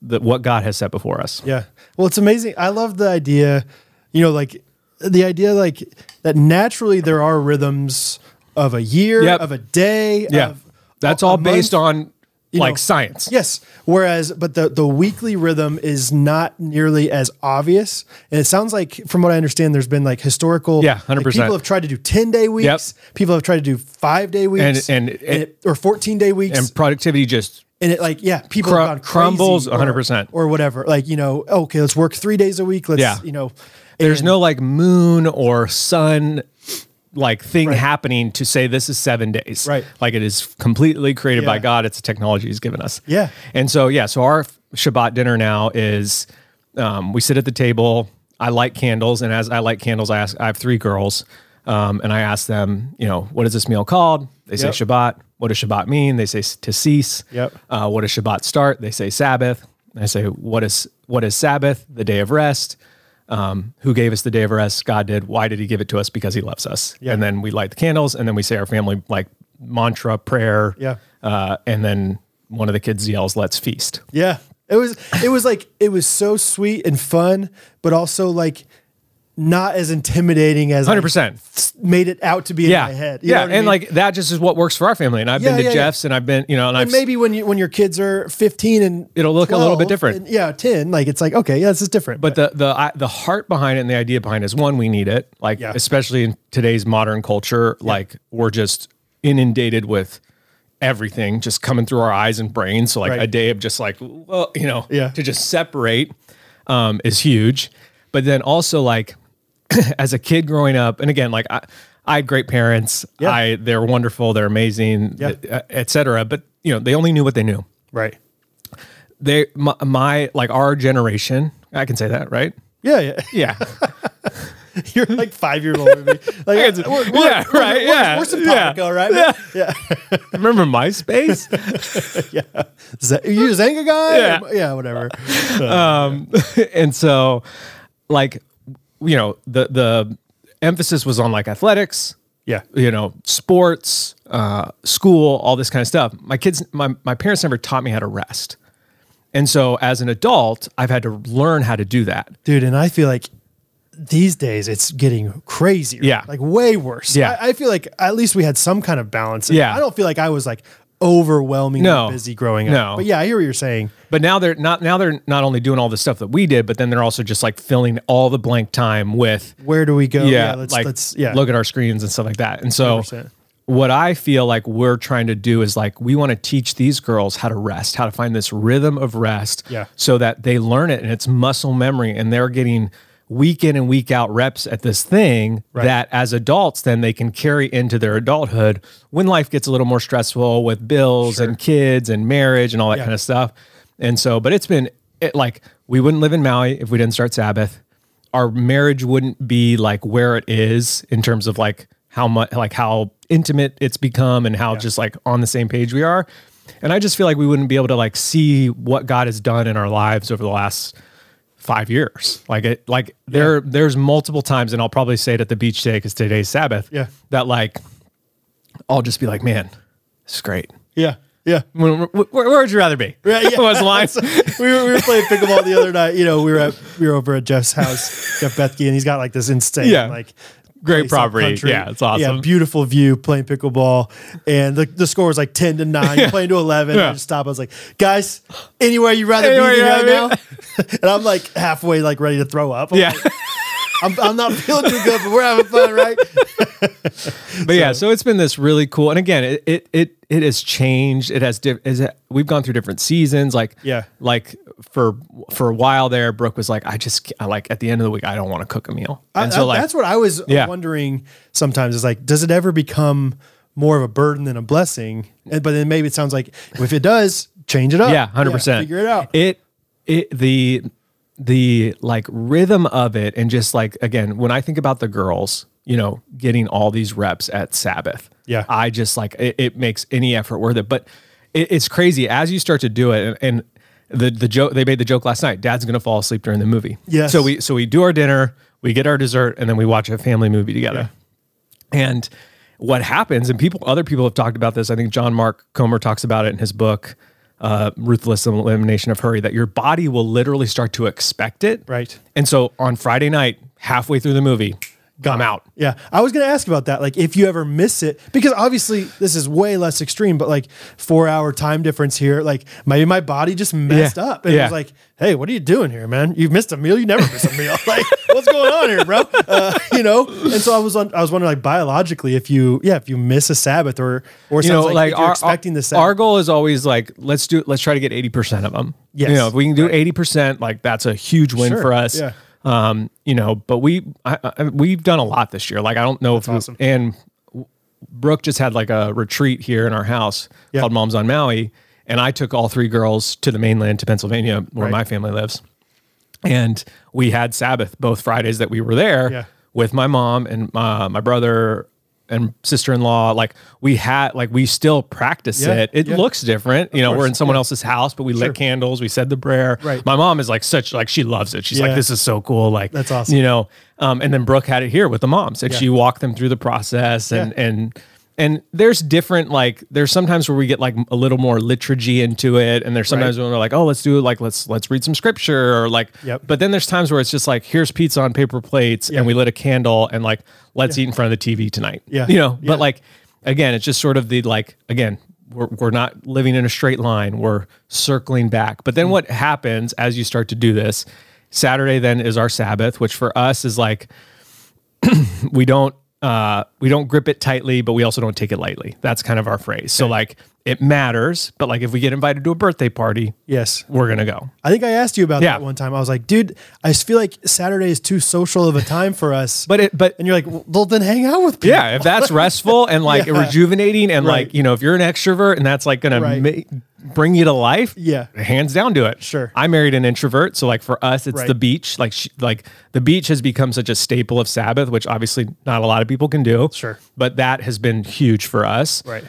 the what god has set before us
Yeah. Well, it's amazing. I love the idea, you know, like the idea like that naturally there are rhythms of a year,
Yep.
of a day,
yeah
of
that's
a- a
all based
month.
on like
know,
science.
Yes. Whereas, but the the weekly rhythm is not nearly as obvious. And it sounds like, from what I understand, there's been like historical.
Yeah,
like,
100%.
people have tried to do ten day weeks. People have tried to do five day weeks
and-
it- or fourteen day weeks.
And productivity just
and it like yeah people
Cru-
have gone crazy
crumbles
or-
100%.
or whatever like you know okay let's work three days a week let's
Yeah.
you know
there's
and-
no like moon or sun like thing happening to say this is seven days.
Right.
Like it is completely created by
Yeah.
God. It's a technology he's given us.
Yeah.
And so yeah, so our Shabbat dinner now is um, we sit at the table. I light candles, and as I light candles, I ask I have three girls. Um, and I ask them, you know, what is this meal called? They say
Yep.
Shabbat. What does Shabbat mean? They say s- to cease.
Yep.
Uh, what does Shabbat start? They say Sabbath. And I say, what is what is Sabbath? The day of rest. Um, who gave us the day of rest? God did. Why did He give it to us? Because He loves us.
Yeah.
And then we light the candles, and then we say our family like mantra, prayer.
Yeah.
Uh, and then one of the kids yells, "Let's feast."
yeah it was it was like it was so sweet and fun but also like not as intimidating as like,
Hundred percent.
made it out to be
Yeah.
in my head You know
yeah.
what
And
I mean?
like that just is what works for our family. And I've
Yeah,
been to
yeah, yeah.
Jeff's, and I've been, you know, and, I've
And maybe when you when your kids are 15 and
It'll look a little bit
12
different.
and- yeah 10 like it's like okay yeah this is different
but the the I, the heart behind it and the idea behind it is one we need it like
Yeah.
especially in today's modern culture like we're just inundated with everything just coming through our eyes and brains so like
Right.
a day of just like well you know
Yeah.
to just separate um is huge but then also like *clears throat* as a kid growing up and again like I I had great parents.
Yeah.
I they're wonderful, they're amazing, uh,
Yeah.
et cetera. But you know, they only knew what they knew
right
they my, my like our generation i can say that right
yeah yeah *laughs*
yeah *laughs*
you're like five year old like we're, we're,
yeah right
we're,
yeah
we're
yeah.
simpatico, right
*laughs* remember myspace
*laughs* Z- you a Zanga guy?
Yeah.
Or- yeah, whatever.
*laughs* and so like you know the the emphasis was on like athletics
Yeah.
you know sports uh school all this kind of stuff my kids my, my parents never taught me how to rest and so as an adult i've had to learn how to do that
Dude, and I feel like these days it's getting crazier.
Yeah.
Like way worse.
Yeah.
I, I feel like at least we had some kind of balance.
Yeah.
I don't feel like I was like overwhelmingly
No.
busy growing up.
No.
But yeah, I hear what you're saying.
But now they're not now they're not only doing all the stuff that we did, but then they're also just like filling all the blank time with
Where do we go?
yeah,
let's
like
let's yeah.
look at our screens and stuff like that. And so
100%.
what I feel like we're trying to do is like we want to teach these girls how to rest, how to find this rhythm of rest
Yeah.
so that they learn it and it's muscle memory and they're getting week in and week out reps at this thing that as adults then they can carry into their adulthood when life gets a little more stressful with bills and kids and marriage and all that kind of stuff and so but it's been it, like we wouldn't live in maui if we didn't start sabbath our marriage wouldn't be like where it is in terms of like how much like how intimate it's become and how just like on the same page we are and i just feel like we wouldn't be able to like see what god has done in our lives over the last five years like it like there there's multiple times and i'll probably say it at the beach today because today's sabbath
Yeah.
that like i'll just be like man this is great
yeah. Yeah.
where, where, where would you rather *laughs* be
Yeah, yeah. *laughs*
was line
we, were, we were playing pickleball the other night. You know, we were at we were over at Jeff's house, Jeff Bethke, and he's got like this insane
Yeah.
like
great
place up
property
country.
yeah it's awesome
beautiful view playing pickleball, and the, the score was like ten to nine. You're playing to eleven.
*laughs* Yeah.
I just stopped. I was like, guys, anywhere you would rather
Anywhere
be
you
than right
rather
now? *laughs* and I'm like halfway like ready to throw up. I'm
yeah
like, I'm, I'm not feeling too good, but we're having fun,
*laughs*
right? *laughs*
but yeah, so it's been this really cool. And again, it it it, it has changed. It has diff- is it, we've gone through different seasons. Like
Yeah.
like for for a while there, Brooke was like, I just ca- I like at the end of the week, I don't want to cook a meal. And
I-
so
I-
like
that's what I was
Yeah.
wondering sometimes is like, does it ever become more of a burden than a blessing? And, but then maybe it sounds like if it does, change it up.
yeah, hundred percent.
Figure it out.
It it the the like rhythm of it and just like again when I think about the girls, you know, getting all these reps at Sabbath.
Yeah.
I just like it, it makes any effort worth it. But it, it's crazy as you start to do it and. and the, the joke they made the joke last night. Dad's gonna fall asleep during the movie.
Yes.
So we so we do our dinner, we get our dessert, and then we watch a family movie together. And what happens, and people, other people have talked about this. I think John Mark Comer talks about it in his book, uh, Ruthless Elimination of Hurry, that your body will literally start to expect it.
Right.
And so on Friday night, halfway through the movie, gum out.
Yeah, I was going to ask about that. Like, if you ever miss it, because obviously this is way less extreme, but like four hour time difference here, like maybe my body just messed
Yeah,
up and
yeah.
it was like, "Hey, what are you doing here, man? You've missed a meal. You never miss a meal. *laughs* Like, what's going on here, bro? Uh, *laughs* you know." And so I was, on, I was wondering, like, biologically, if you, yeah, if you miss a Sabbath or, or
You
something
know,
like,
like
if you're
our,
expecting the
our,
Sabbath,
goal is always like let's do let's try to get eighty percent of them.
Yes.
you know if we can do eighty percent, like that's a huge win
Sure,
for us.
yeah.
Um, you know, but we I, I, we've done a lot this year. Like I don't know if we-
awesome.
and Brooke just had like a retreat here in our house
Yeah.
called Moms on Maui, and I took all three girls to the mainland to Pennsylvania where
Right.
my family lives, and we had Sabbath both Fridays that we were there
Yeah.
with my mom and uh, my brother and sister-in-law like we had like we still practice
Yeah,
it it
yeah.
looks different you know we're
course,
in someone else's house but we lit candles we said the prayer
Right.
my mom is like such like she loves it she's
Yeah.
like this is so cool like
That's awesome.
you know um, and then brooke had it here with the moms and she walked them through the process and
Yeah.
and and there's different like there's sometimes where we get like a little more liturgy into it and there's sometimes when we're like oh let's do like let's let's read some scripture or like
Yep.
but then there's times where it's just like here's pizza on paper plates and we lit a candle and like let's eat in front of the tv tonight
Yeah.
you know
Yeah.
but like again it's just sort of the like again we're, we're not living in a straight line we're circling back but then
Mm-hmm.
what happens as you start to do this saturday then is our sabbath which for us is like *clears throat* we don't uh, we don't grip it tightly, but we also don't take it lightly. That's kind of our phrase. So like it matters, but like if we get invited to a birthday party,
yes,
we're gonna go.
I think I asked you about
Yeah.
that one time. I was like, dude, I just feel like Saturday is too social of a time for us.
But it but
and you're like, well, then hang out with people.
yeah, if that's
*laughs*
restful and like
Yeah.
rejuvenating and
Right.
like you know if you're an extrovert and that's like gonna
Right.
ma- bring you to life,
Yeah.
hands down do it.
Sure.
I married an introvert, so like for us, it's
Right.
the beach. Like she, like the beach has become such a staple of Sabbath, which obviously not a lot of people can do.
Sure.
but that has been huge for us.
Right.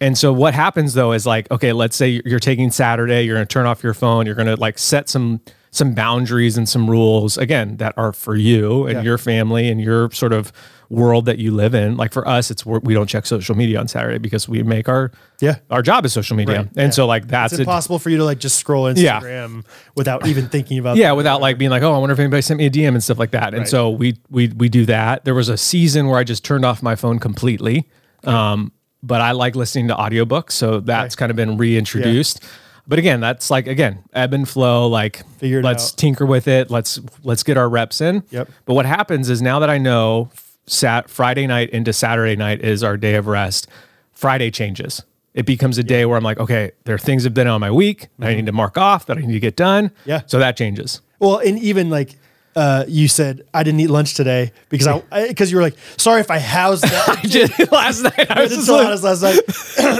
And so what happens though is like, okay, let's say you're taking Saturday, you're going to turn off your phone, you're going to like set some some boundaries and some rules again that are for you and
Yeah.
your family and your sort of world that you live in. Like for us, it's we're- we don't check social media on Saturday because we make our
Yeah.
our job is social media,
Right,
and so like that's
it's
a-
impossible for you to like just scroll
Yeah.
Instagram
*laughs*
without even thinking about
yeah, without like being like, oh, I wonder if anybody sent me a DM and stuff like that. And
Right.
so we we we do that. There was a season where I just turned off my phone completely. Um, but I like listening to audiobooks, so that's kind of been reintroduced. But again, that's like again ebb and flow. Like
Figure it
let's
out.
tinker with it. Let's let's get our reps in.
Yep.
But what happens is now that I know sat Friday night into Saturday night is our day of rest. Friday changes. It becomes a day where I'm like, okay, there are things that have been on my week that I need to mark off that I need to get done.
Mm-hmm. Yeah.
So that
*laughs*
changes.
Well, and even like uh, you said, I didn't eat lunch today because I because you were like, sorry if I housed
*laughs*
that.
did
*laughs*
last night. I was
It's
*laughs* just
so
like,
honest last night,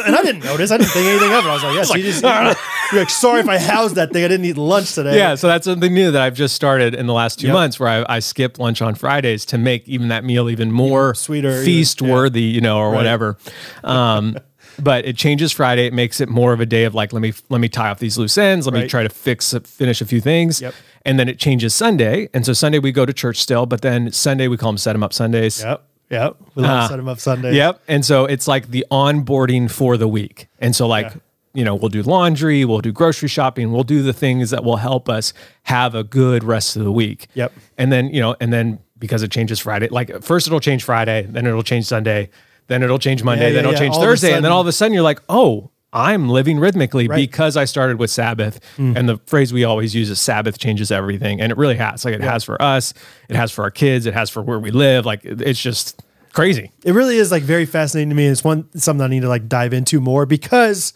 and I didn't notice. I didn't think anything of it. I was like, yes, you just.
uh,
You're like, sorry if I housed that thing. I didn't eat lunch
*laughs*
today.
yeah. So that's something new that I've just started in the last two months, where I, I skip lunch on Fridays to make even that meal even more
sweeter, even-
feast
yeah.
worthy, you know, or whatever.
*laughs*
Um, but it changes Friday. It makes it more of a day of like, let me let me tie off these loose ends. Let me
Right.
try to fix finish a few things.
Yep.
And then it changes Sunday. And so Sunday we go to church still, but then Sunday we call them set 'em up Sundays.
Yep. Yep. We love set him up Sunday.
Uh-huh. Yep. And so it's like the onboarding for the week. And so like, you know, we'll do laundry, we'll do grocery shopping, we'll do the things that will help us have a good rest of the week.
Yep.
And then, you know, and then because it changes Friday, like first it'll change Friday, then it'll change Sunday, then it'll change Monday,
Yeah, yeah,
then it'll
yeah.
change
All of a
Thursday. and then
sudden-
all of a sudden you're like, oh, I'm living rhythmically because I started with Sabbath.
Mm.
And the phrase we always use is Sabbath changes everything. And it really has. Like it has for us, it has for our kids, it has for where we live. Like it- it's just crazy.
it really is like very fascinating to me. It's one something I need to like dive into more because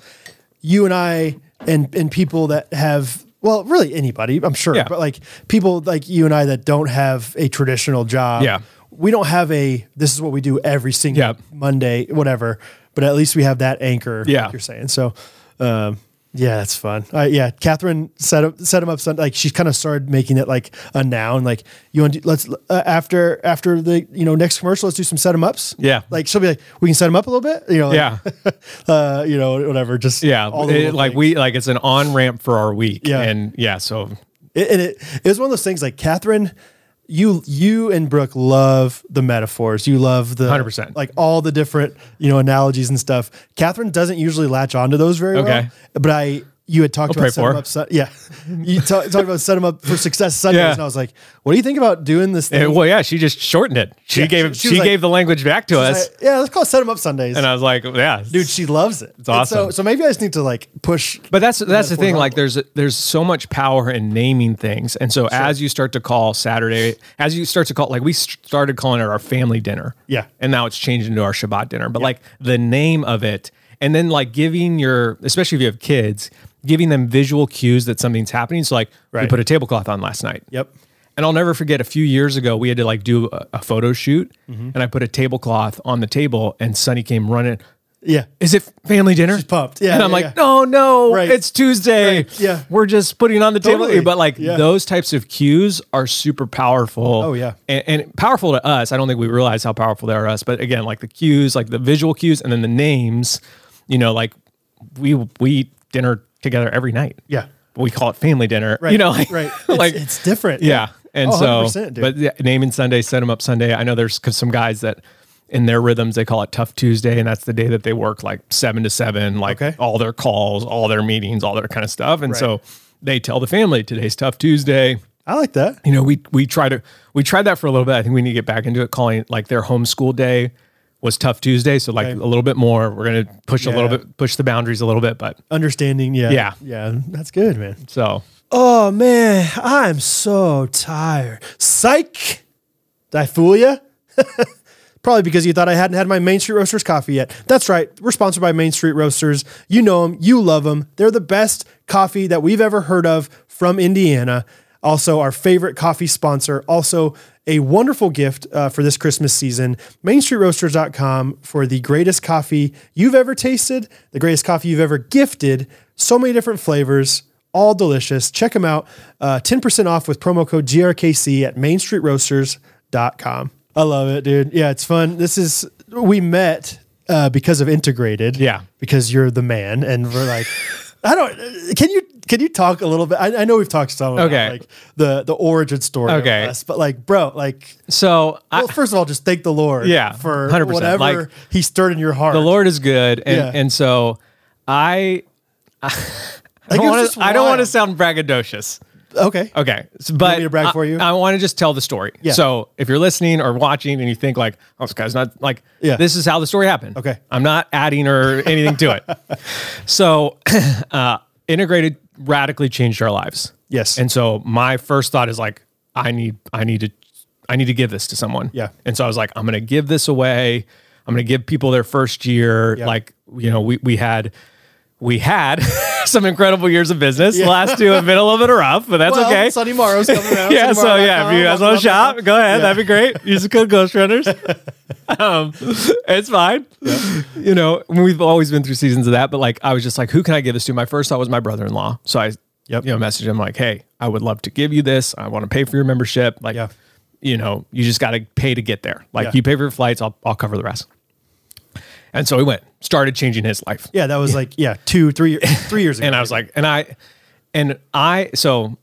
you and I and and people that have well, really anybody, I'm sure,
Yeah.
but like people like you and I that don't have a traditional job.
Yeah.
We don't have a this is what we do every single
Yep.
Monday, whatever. But at least we have that anchor. like
Yeah.
you're saying. So um yeah, that's fun. Uh, yeah, Catherine set up set him up. Sunday. Like she kind of started making it like a noun. Like you want to let's uh, after after the you know next commercial, let's do some set 'em ups.
Yeah.
like she'll be like, we can set them up a little bit. You know, like,
Yeah.
*laughs* uh, you know, whatever. Just
Yeah,
all the
it-
little
like
things.
we like it's an on ramp for our week.
Yeah.
and yeah, so
It- and it, it was one of those things like Catherine, you you and Brooke love the metaphors. You love the
100%.
like all the different you know analogies and stuff. Catherine doesn't usually latch onto those very
Okay.
well, but I you had talked
I'll pray
about set
for
him
her.
up. Set, yeah, *laughs* you ta- talked about set him up for success Sundays,
Yeah.
and I was like, "What do you think about doing this thing?"
And, well, yeah, she just shortened it. She
Yeah,
gave
she
she,
was like-
gave the language back to
I-
us,
yeah, let's call it set him up Sundays.
and I was like, yeah,
Dude, she loves it. It's So,
awesome.
so maybe I just need to like push.
But that's that's the
metaphors
thing. Like,
outward.
there's there's so much power in naming things, and so as you start to call Saturday, as you start to call, like we st- started calling it our family dinner,
Yeah.
and now it's changed into our Shabbat dinner. But like the name of it, and then like giving your, especially if you have kids, giving them visual cues that something's happening. So like
Right.
we put a tablecloth on last night,
Yep.
and I'll never forget a few years ago, we had to like do a, a photo shoot,
Mm-hmm.
and I put a tablecloth on the table, and Sunny came running
Yeah.
is it family dinner? She's
pumped. Yeah,
And I'm
yeah,
like,
yeah.
no, no,
Right.
it's Tuesday.
Right, yeah.
We're just putting on the
Totally.
table. But like
Yeah.
those types of cues are super powerful. Oh,
yeah.
And, and powerful to us. I don't think we realize how powerful they are to us. But again, like the cues, like the visual cues and then the names, you know, like we, we eat dinner together every night.
Yeah.
We call it family dinner.
Right.
You know, like,
right. It's,
*laughs* like
it's different.
yeah. And
Oh,
so,
100%, dude.
but yeah, naming Sunday, set them up Sunday. I know there's 'cause some guys that in their rhythms, they call it tough Tuesday. And that's the day that they work like seven to seven, like
Okay.
all their calls, all their meetings, all that kind of stuff. And so they tell the family today's tough Tuesday.
I like that.
You know, we, we try to, we tried that for a little bit. I think we need to get back into it. Calling it like their homeschool day was tough Tuesday. So like a little bit more, we're going to push a little
Yeah.
bit, push the boundaries a little bit, but
Understanding. Yeah.
Yeah.
Yeah. That's good, man.
so
Oh man, I'm so tired. Psych! Did I fool you? Probably because you thought I hadn't had my Main Street Roasters coffee yet. That's right. We're sponsored by Main Street Roasters. You know them. You love them. They're the best coffee that we've ever heard of from Indiana. Also, our favorite coffee sponsor. Also, a wonderful gift uh, for this Christmas season. MainStreetRoasters.com for the greatest coffee you've ever tasted, the greatest coffee you've ever gifted. So many different flavors all delicious. Check them out. Uh, 10% off with promo code GRKC at mainstreetroasters.com. I love it, dude. Yeah, it's fun. This is, we met uh, because of Integrated.
Yeah.
Because you're the man. And we're like, I don't, can you, can you talk a little bit? I, I know we've talked some about
Okay.
like the, the origin story
Okay.
of us, but like, bro, like,
so I,
well, first of all, just thank the Lord
Yeah,
for
100%.
whatever
Like,
he stirred in your heart.
the Lord is good, and
Yeah.
and so I. *laughs* I
Like, it was
don't wanna-
just
I don't want to
wild.
sound braggadocious.
Okay.
Okay, s- but
me to brag
I-
for you?
I want to just tell the story.
Yeah.
So if you're listening or watching and you think like, "Oh, this guy's not like,"
Yeah.
this is how the story happened.
Okay.
I'm not adding or anything to
*laughs*
it. So, *clears throat* uh, integrated radically changed our lives.
Yes.
And so my first thought is like, I need, I need to, I need to give this to someone.
Yeah.
And so I was like, I'm going to give this away. I'm going to give people their first year. Like, you know, we, we had, we had *laughs* some incredible years of business. The Last two have been a little bit rough, but that's
Well,
okay.
Sunny Morrow's
*laughs*
coming around.
yeah. So yeah, if you guys want to
shop.
shop, go ahead. That'd be great. Use the code
*laughs*
Ghost Runners. um, it's fine. You know, we've always been through seasons of that, but like I was just like, who can I give this to? My first thought was my brother-in-law. So I,
Yep.
you know, messaged him like, hey, I would love to give you this. I want to pay for your membership. Like,
Yeah.
you know, you just got to pay to get there. Like
Yeah.
you pay for your flights, I'll, I'll cover the rest. And so he went, started changing his life.
Yeah, that was like yeah, two, three, three years ago.
*laughs* And I was like, and I, and I, so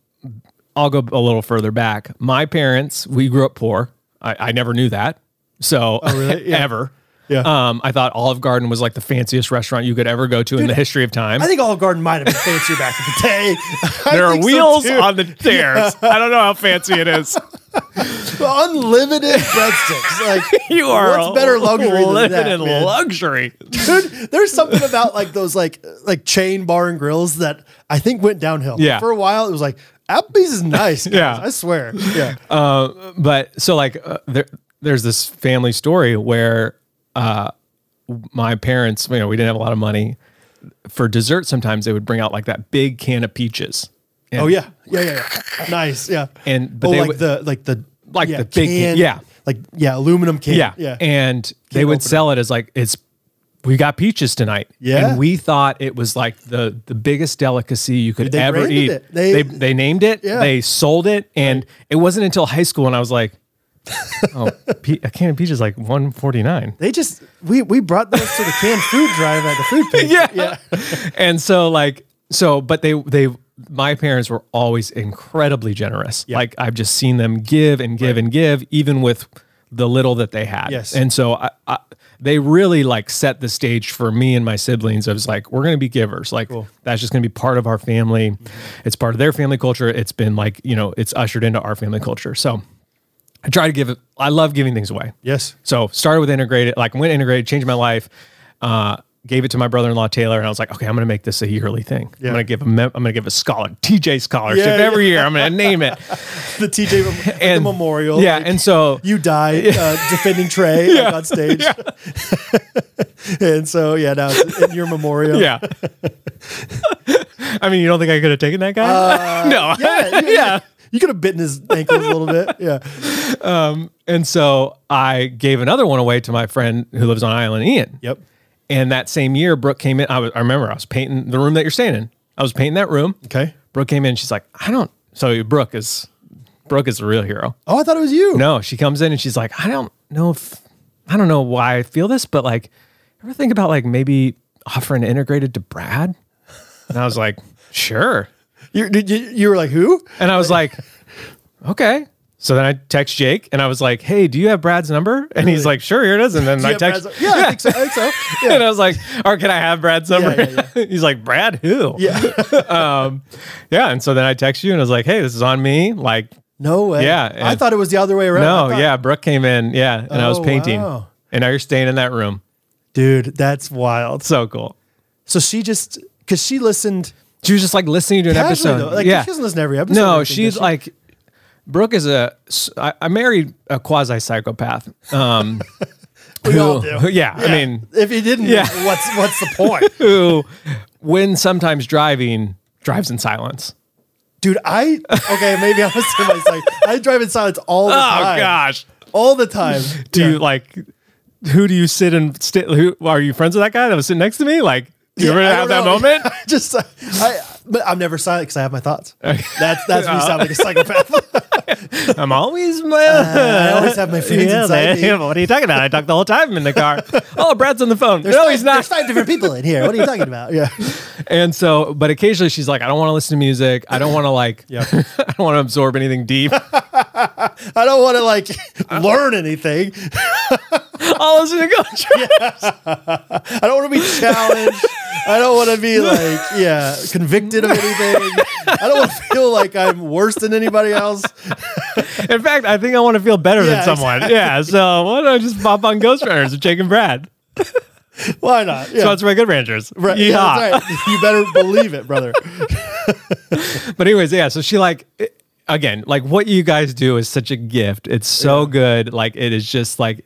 I'll go a little further back. My parents, we grew up poor. I, I never knew that. So
Oh,
*laughs*
really? Yeah.
ever.
Yeah.
Um, I thought Olive Garden was like the fanciest restaurant you could ever go to in the history of time.
I think Olive Garden might have been fancier back in the day. *laughs* I
there are
think so,
wheels
too. *laughs*
on the stairs. I don't know how fancy it is.
unlimited breadsticks.
*laughs*
Like
You are
what's better luxury than
living
that?
in
man?
luxury.
Dude, there's something about like those like like chain bar and grills that I think went downhill.
Yeah.
for a while it was like Applebee's is nice. guys,
Yeah.
I swear. Yeah,
but so like uh, there, there's this family story where uh, my parents, you know, we didn't have a lot of money for dessert. Sometimes they would bring out like that big can of peaches. And,
oh yeah, yeah, yeah, yeah. nice. Yeah,
And- but
oh,
they
like
would-
the like the
Like
yeah,
the big can-
can-
yeah.
like yeah, aluminum can.
yeah,
yeah,
And they would
opener.
sell it as like it's we got peaches tonight.
Yeah.
and we thought it was like the the biggest delicacy you could
they
ever
branded
eat.
it. They-
They, they named it.
Yeah.
they sold it, and it wasn't until high school when I was like, *laughs* oh, pe- a can of peaches is like one forty nine.
They just we we brought those to the canned food drive at the food *laughs* pantry.
*laughs* yeah. and so like so but they they my parents were always incredibly generous. Like I've just seen them give and give and give even with the little that they had.
Yes.
And so I, I, they really like set the stage for me and my siblings. I was like, we're going to be givers. Like that's just going to be part of our family. It's part of their family culture. It's been like, you know, it's ushered into our family culture. So I try to give it, I love giving things away.
Yes. *laughs*
So started with integrated, like went integrated, changed my life. Uh, gave it to my brother-in-law Taylor, and I was like, okay, I'm gonna make this a yearly thing.
Yeah.
I'm gonna give a mem- I'm gonna give a scholar TJ scholarship
Yeah,
every year. I'm gonna name
*laughs*
it
The TJ mem- like the memorial.
Yeah,
like,
and so
you
*laughs*
die uh, defending Trey like, on stage. *laughs* and so yeah, now it's in your memorial.
yeah. *laughs* I mean, you don't think I could have taken that guy? *laughs* no.
Uh, Yeah, you-
yeah.
You could have bitten his ankles a little bit. Yeah.
*laughs* And so I gave another one away to my friend who lives on Island Ian.
Yep.
And that same year, Brooke came in. I, was, I remember I was painting the room that you're staying in. I was painting that room.
Okay.
Brooke came in. She's like, I don't. So Brooke is Brooke is the real hero.
Oh, I thought it was you.
No, she comes in and she's like, I don't know if I don't know why I feel this, but like, ever think about like maybe offering integrated to Brad? And I was like, *laughs* sure.
You, did you, you were like, who?
And I was like, okay. So then I text Jake and I was like, hey, do you have Brad's number? And he's like, sure, here it is. And then I
Yeah,
text.
Brad's- yeah, I think so. I think
*laughs*
so.
And I was like, or can I have Brad's number?
Yeah, yeah,
*laughs* he's like, Brad who?
Yeah.
Yeah. And so then I text you and I was like, hey, this is on me. Like,
No way.
Yeah,
I
and-
thought it was the other way around. Oh, I
no,
thought-
yeah. Brooke came in. Yeah. And I was
Oh,
painting.
wow.
And now you're staying in that room.
Dude, that's wild.
So cool.
So she just, because she listened
She was just like listening to an
casually,
episode.
though. Like,
yeah.
she doesn't listen to every episode. or
No,
anything, does
she's
she?
like Brooke is a. I, I married a quasi psychopath.
*laughs*
Um,
We all
who-
do.
yeah, I mean,
if you didn't, what's what's the point?
who, when sometimes driving, drives in silence.
Dude, I, okay, maybe I'm assuming it's like, I drive in silence all the
*laughs* Oh
time.
gosh,
All the time.
do you like? Who do you sit and sti- who are you friends with that guy that was sitting next to me? Like, do you ever
I
have that
don't know. *laughs*
moment?
I just, I, but I'm never silent because I have my thoughts. That's, that's me
Oh. *laughs*
sounding like a psychopath.
Uh, I'm always.
*laughs*
uh, *laughs*
I always have my feelings
yeah,
Uh, inside me.
man. What are you talking about? I talk the whole time in
*laughs*
the car. Oh, Brad's on the phone. no,
There's
he's
five-
not.
There's five different people in here. What are you talking about? Yeah.
And so, but occasionally she's like, I don't want to listen to music. I don't want to
*laughs*
like, *laughs* I don't want to absorb anything deep. *laughs*
I don't want to like learn anything.
I'll listen to Gotcha.
I don't want to be challenged. I don't want to be
*laughs*
like, yeah, convicted of anything. I don't want to feel like I'm worse than anybody else.
In fact, I think I want to feel better
Yeah,
than someone. Yeah. So why don't I just pop on Ghost Runners with Jake and Brad?
Why not? Yeah.
Sponsored by Good Ranchers.
Right.
Yeehaw.
Yeah, that's right. You better believe it, brother.
But anyways, yeah. So she like, it- again, like what you guys do is such a gift. It's so good. Like it is just like,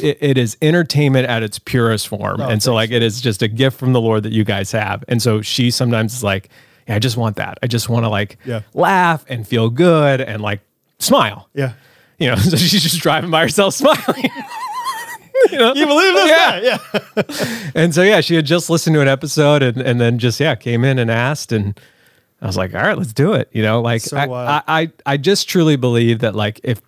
it, it is entertainment at its purest form.
Oh,
and so like, it is just a gift from the Lord that you guys have. And so she sometimes is like, yeah, I just want that. I just want to like
Yeah.
laugh and feel good and like smile.
Yeah.
You know, *laughs* so she's just driving by herself smiling. *laughs* you know? You believe this? Yeah.
Yeah.
And so yeah, she had just listened to an episode and and then just yeah came in and asked and I was like, all right, let's do it. You know, like I,
wild.
I I I just truly believe that like if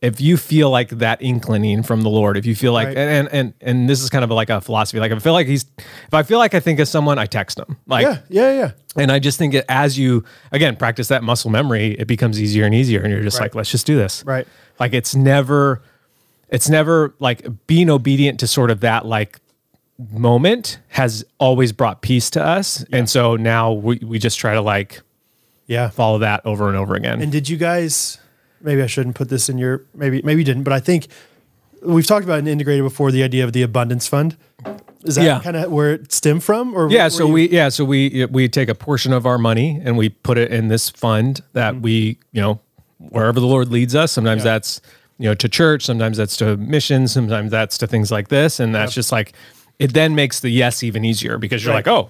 if you feel like that inclining from the Lord, if you feel like
Right.
and, and and and this is kind of like a philosophy. Like if I feel like he's if I feel like I think of someone, I text him. Like
Yeah. Yeah. Yeah.
and I just think that as you again practice that muscle memory, it becomes easier and easier, and you're just like, let's just do this.
Right.
Like it's never, it's never like being obedient to sort of that like moment has always brought peace to us, and so now we we just try to like
Yeah.
follow that over and over again.
And did you guys? Maybe I shouldn't put this in your. Maybe maybe you didn't, but I think we've talked about an integrated before. The idea of the abundance fund is that
Yeah.
kind of where it stemmed from, or
yeah
were
so
you-
we yeah so we we take a portion of our money and we put it in this fund
Mm-hmm.
that we you know wherever the lord leads us sometimes that's you know to church sometimes that's to missions sometimes that's to things like this and that's just like it then makes the yes even easier because you're
Right.
like oh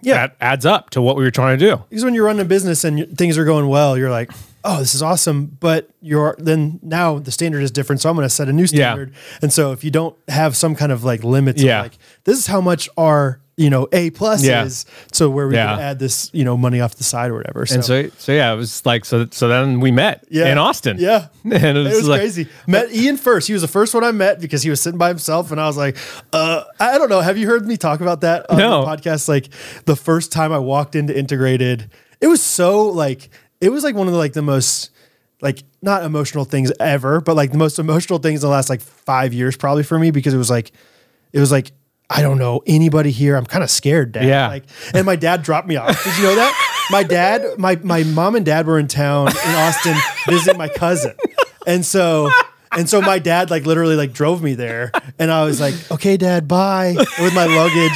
yeah that adds up to what we were trying to do
because when you're running a business and you- things are going well, you're like, oh, this is awesome. But you're then now the standard is different. So I'm going to set a new
Yeah.
standard. And so if you don't have some kind of like limits,
Yeah.
of like this is how much our, you know, A plus
Yeah.
is. So where we can
Yeah.
add this, you know, money off the side or whatever. So,
and so so yeah it was like so so then we met
Yeah.
in austin
Yeah.
*laughs* and it was,
it was
like,
crazy. Met Ian first. He was the first one I met because he was sitting by himself, and I was like, uh, I I don't know. Have you heard me talk about that on
No.
the podcast? Like the first time I walked into Integrated, it was so like it was like one of the like the most like not emotional things ever, but like the most emotional things in the last like five years probably for me because it was like it was like I don't know anybody here. I'm kind of scared, Dad.
Yeah.
Like, and my dad dropped me off. Did you know that? My dad, my my mom and dad were in town in Austin visiting my cousin, and so and so my dad like literally like drove me there, and I was like, okay, Dad, bye, with my luggage.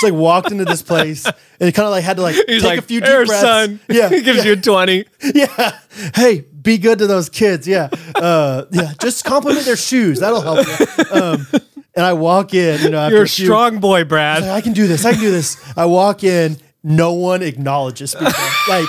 Just like walked into this place, and it kind of like had to like
He's
take
like,
a few deep
"Here,
breaths.
son.
Yeah,
*laughs* he gives you
*laughs*
a 20.
yeah. Hey, be good to those kids. Yeah. Uh, yeah. Just compliment their shoes. That'll help you. Um, and I walk in, you know, after
You're
a
a
few-
strong boy,
*laughs*
Brad.
I can do this. I can do this. I walk in. No one acknowledges me. Like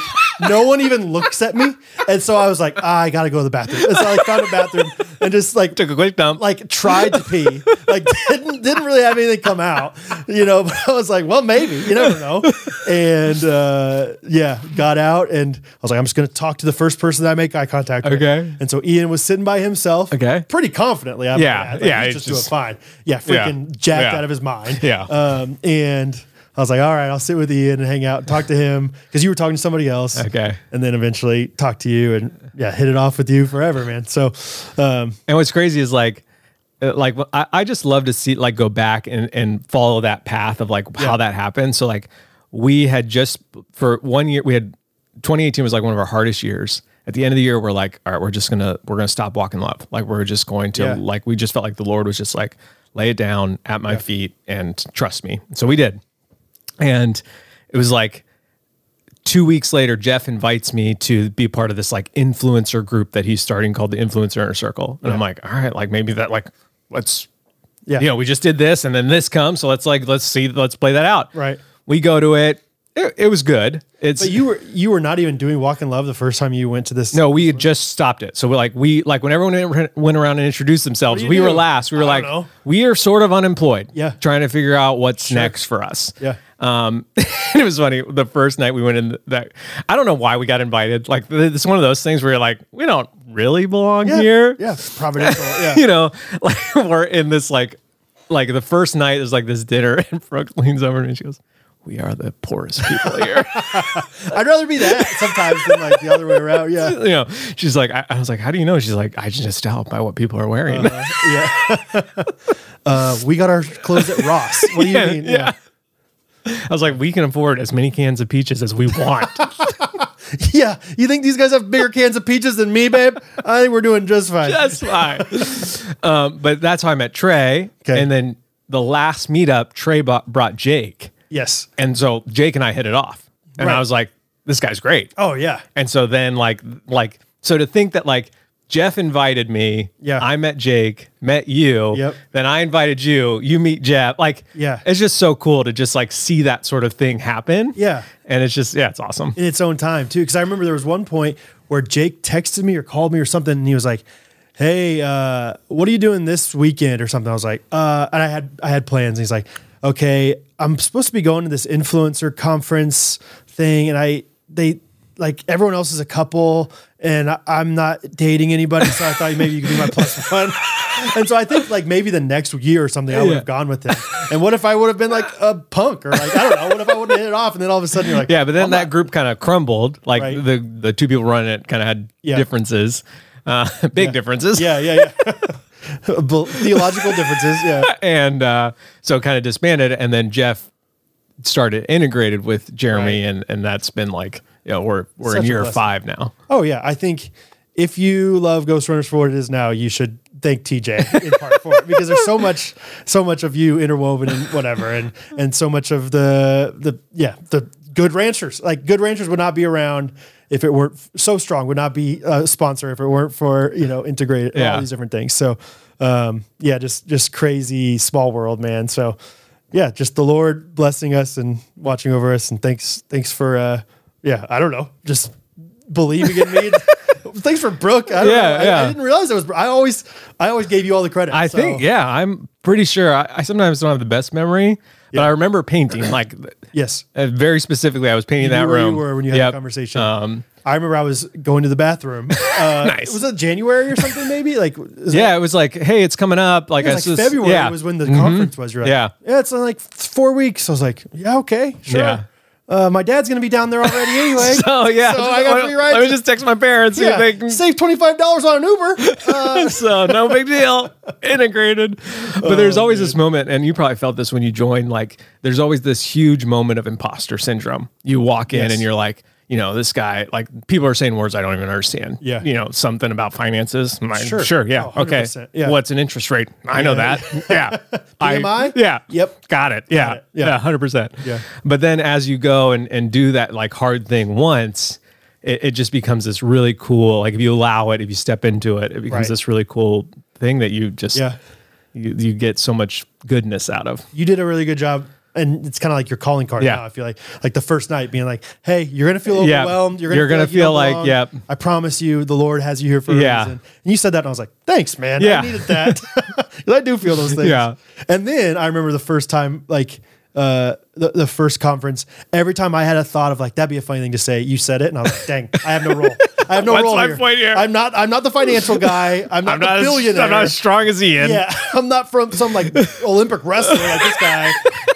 no one even looks at me. And so I was like, ah, I gotta go to the bathroom. And so I found a bathroom and just like
Took a quick dump.
like tried to pee,
*laughs*
like didn't didn't really have anything come out, you know. *laughs* But I was like, well, maybe you never know. And uh, yeah, got out and I was like, I'm just gonna talk to the first person that I make eye contact with.
Okay.
And so Ian was sitting by himself,
Okay.
pretty confidently. I'm
Yeah, yeah,
he's just,
it's
doing
just-
fine. Yeah, freaking
Yeah,
jacked
yeah.
out of his mind.
Yeah.
Um, and. I was like, all right, I'll sit with Ian and hang out, and talk to him because you were talking to somebody else.
Okay.
And then eventually talk to you and yeah, hit it off with you forever, man. So, um,
And what's crazy is like, uh, like I, I just love to see like go back and and follow that path of like how that happened. So like we had just for one year we had 2018 was like one of our hardest years. At the end of the year, we're like, all right, we're just gonna we're gonna stop walking love. Like we're just going to
Yeah.
like we just felt like the Lord was just like lay it down at my feet and trust me. So we did, and it was like two weeks later, Jeff invites me to be part of this like influencer group that he's starting called the Influencer Inner Circle. And I'm like, all right, like maybe that, like, let's,
yeah.
you know, we just did this and then this comes. So let's like, let's see, let's play that out.
Right.
We go to it. It, it was good. It's,
But you were you were not even doing Walk in Love the first time you went to this.
no, we had just stopped it. So we're like, we, like, when everyone went around and introduced themselves,
do you
we were
do?
last. We were
I
like,
don't know.
we are sort of unemployed.
Yeah.
Trying to figure out what's next for us.
Yeah.
Um, *laughs* it was funny. The first night we went in that, I don't know why we got invited. Like th- it's one of those things where you're like, we don't really belong
Yeah.
here.
Yeah. Providential. Yeah.
*laughs* You know, *laughs* like we're in this like, like the first night there's like this dinner *laughs* and Brooke leans over to me and she goes, we are the poorest people here. *laughs*
I'd rather be that sometimes than like the other way around. Yeah.
*laughs* you know, she's like, I, I was like, how do you know? She's like, I just tell by what people are wearing.
Uh-huh. Yeah. *laughs* Uh, we got our clothes at Ross. What do you mean?
yeah. *laughs* I was like, we can afford as many cans of peaches as
*laughs*
we want.
yeah. Yeah. You think these guys have bigger cans of peaches than me, babe? I think we're doing just fine.
That's why. um, but that's how I met Trey.
'Kay.
And then the last meetup, Trey bought, brought Jake.
Yes.
And so Jake and I hit it off. And
Right.
I was like, this guy's great.
Oh yeah.
And so then like like so to think that like Jeff invited me.
Yeah.
I met Jake, met you.
Yep.
Then I invited you. You meet Jeff. Like,
Yeah.
It's just so cool to just like see that sort of thing happen.
Yeah.
And it's just, yeah, it's awesome.
in its own time too. Because I remember there was one point where Jake texted me or called me or something, and he was like, "Hey, uh, what are you doing this weekend or something?" I was like, uh, "And I had I had plans." And he's like, "Okay, I'm supposed to be going to this influencer conference thing, and I they like everyone else is a couple, and I, I'm not dating anybody, so I thought maybe you could be my plus *laughs* one." And so I think like maybe the next year or something I would
Yeah.
have gone with him. And what if I would have been like a punk or like I don't know, what if I would have hit it off and then all of a sudden you're like
Yeah, but then that group kind of crumbled. Like
Right.
the the two people running it kind of had
Yeah.
differences, uh, *laughs* big differences.
Yeah, yeah, yeah. *laughs* Bel- Theological differences. Yeah.
and uh, so kind of disbanded. And then Jeff started integrated with Jeremy,
Right.
and and that's been like you know, we're we're
Such
in
a
year
blessing.
five now.
Oh yeah, I think if you love Ghost Runners for what it is now, you should thank TJ in part for it because there's so much, so much of you interwoven and whatever, and and so much of the the yeah the good ranchers like good ranchers would not be around if it weren't f- so strong would not be a sponsor if it weren't for you know integrated and all
Yeah.
these different things so um yeah just just crazy small world man so yeah just the lord blessing us and watching over us and thanks thanks for uh yeah i don't know just believing in
*laughs*
me. Thanks for Brooke. I don't
Yeah,
know. I, I
yeah.
didn't realize it was. Brooke. I always, I always gave you all the credit.
I
so-
think yeah, I'm pretty sure. I, I sometimes don't have the best memory, but I remember painting like
Yes,
uh, very specifically. I was painting
You
that
knew where
room.
you were when you had
Yep. Um,
the conversation. I remember I was going to the
*laughs*
bathroom. Uh,
Nice.
Was it January or something? Maybe like is
Yeah, it was like, hey, it's coming up. Like,
It, it
I
was like
just-
February
yeah. *laughs* Mm-hmm.
was when the conference was. Right?
Yeah.
Yeah, it's in like four weeks. I was like, yeah, okay, sure.
Yeah.
Uh, my dad's gonna be down there already
*laughs*
anyway.
Oh yeah.
So I got free rides.
Let me just text my parents. See
yeah,
if they can
save twenty five dollars on an Uber.
*laughs*
Uh,
so no big deal integrated but there's
Oh,
always this moment and you probably felt this when you joined like there's always this huge moment of imposter syndrome you walk in
Yes.
and you're like you know this guy like people are saying words i don't even understand
Yeah.
you know something about finances I'm like,
Sure.
sure yeah
Oh,
okay
100%, yeah.
what's an interest rate i know that
*laughs*
yeah
PMI?
yeah
Yep.
got it yeah
it. Yeah.
yeah 100%
Yeah.
but then as you go and and do that like hard thing once it, it just becomes this really cool like if you allow it if you step into it it becomes
Right.
this really cool thing that you just
Yeah.
you, you get so much goodness out of
you did a really good job. And it's kind of like your calling card
Yeah.
now. I feel like, like the first night being like, "Hey, you're gonna feel
Yeah.
overwhelmed. You're gonna,
You're gonna
you don't
feel like,
belong.
yep.
I promise you, the Lord has you here for a
Yeah.
reason." And you said that, and I was like, "Thanks, man. I
Yeah.
needed that. *laughs* 'Cause I do feel those things."
Yeah.
And then I remember the first time, like uh, the the first conference. Every time I had a thought of like that'd be a funny thing to say, you said it, and I was like, "Dang, I have no role. I have no
*laughs* What's
role
my
here.
point here?
I'm not. I'm not the financial guy. I'm not,
*laughs* i'm not
the billionaire.
i'm not as strong as ian
Yeah, *laughs* I'm not from some like Olympic wrestler like this guy.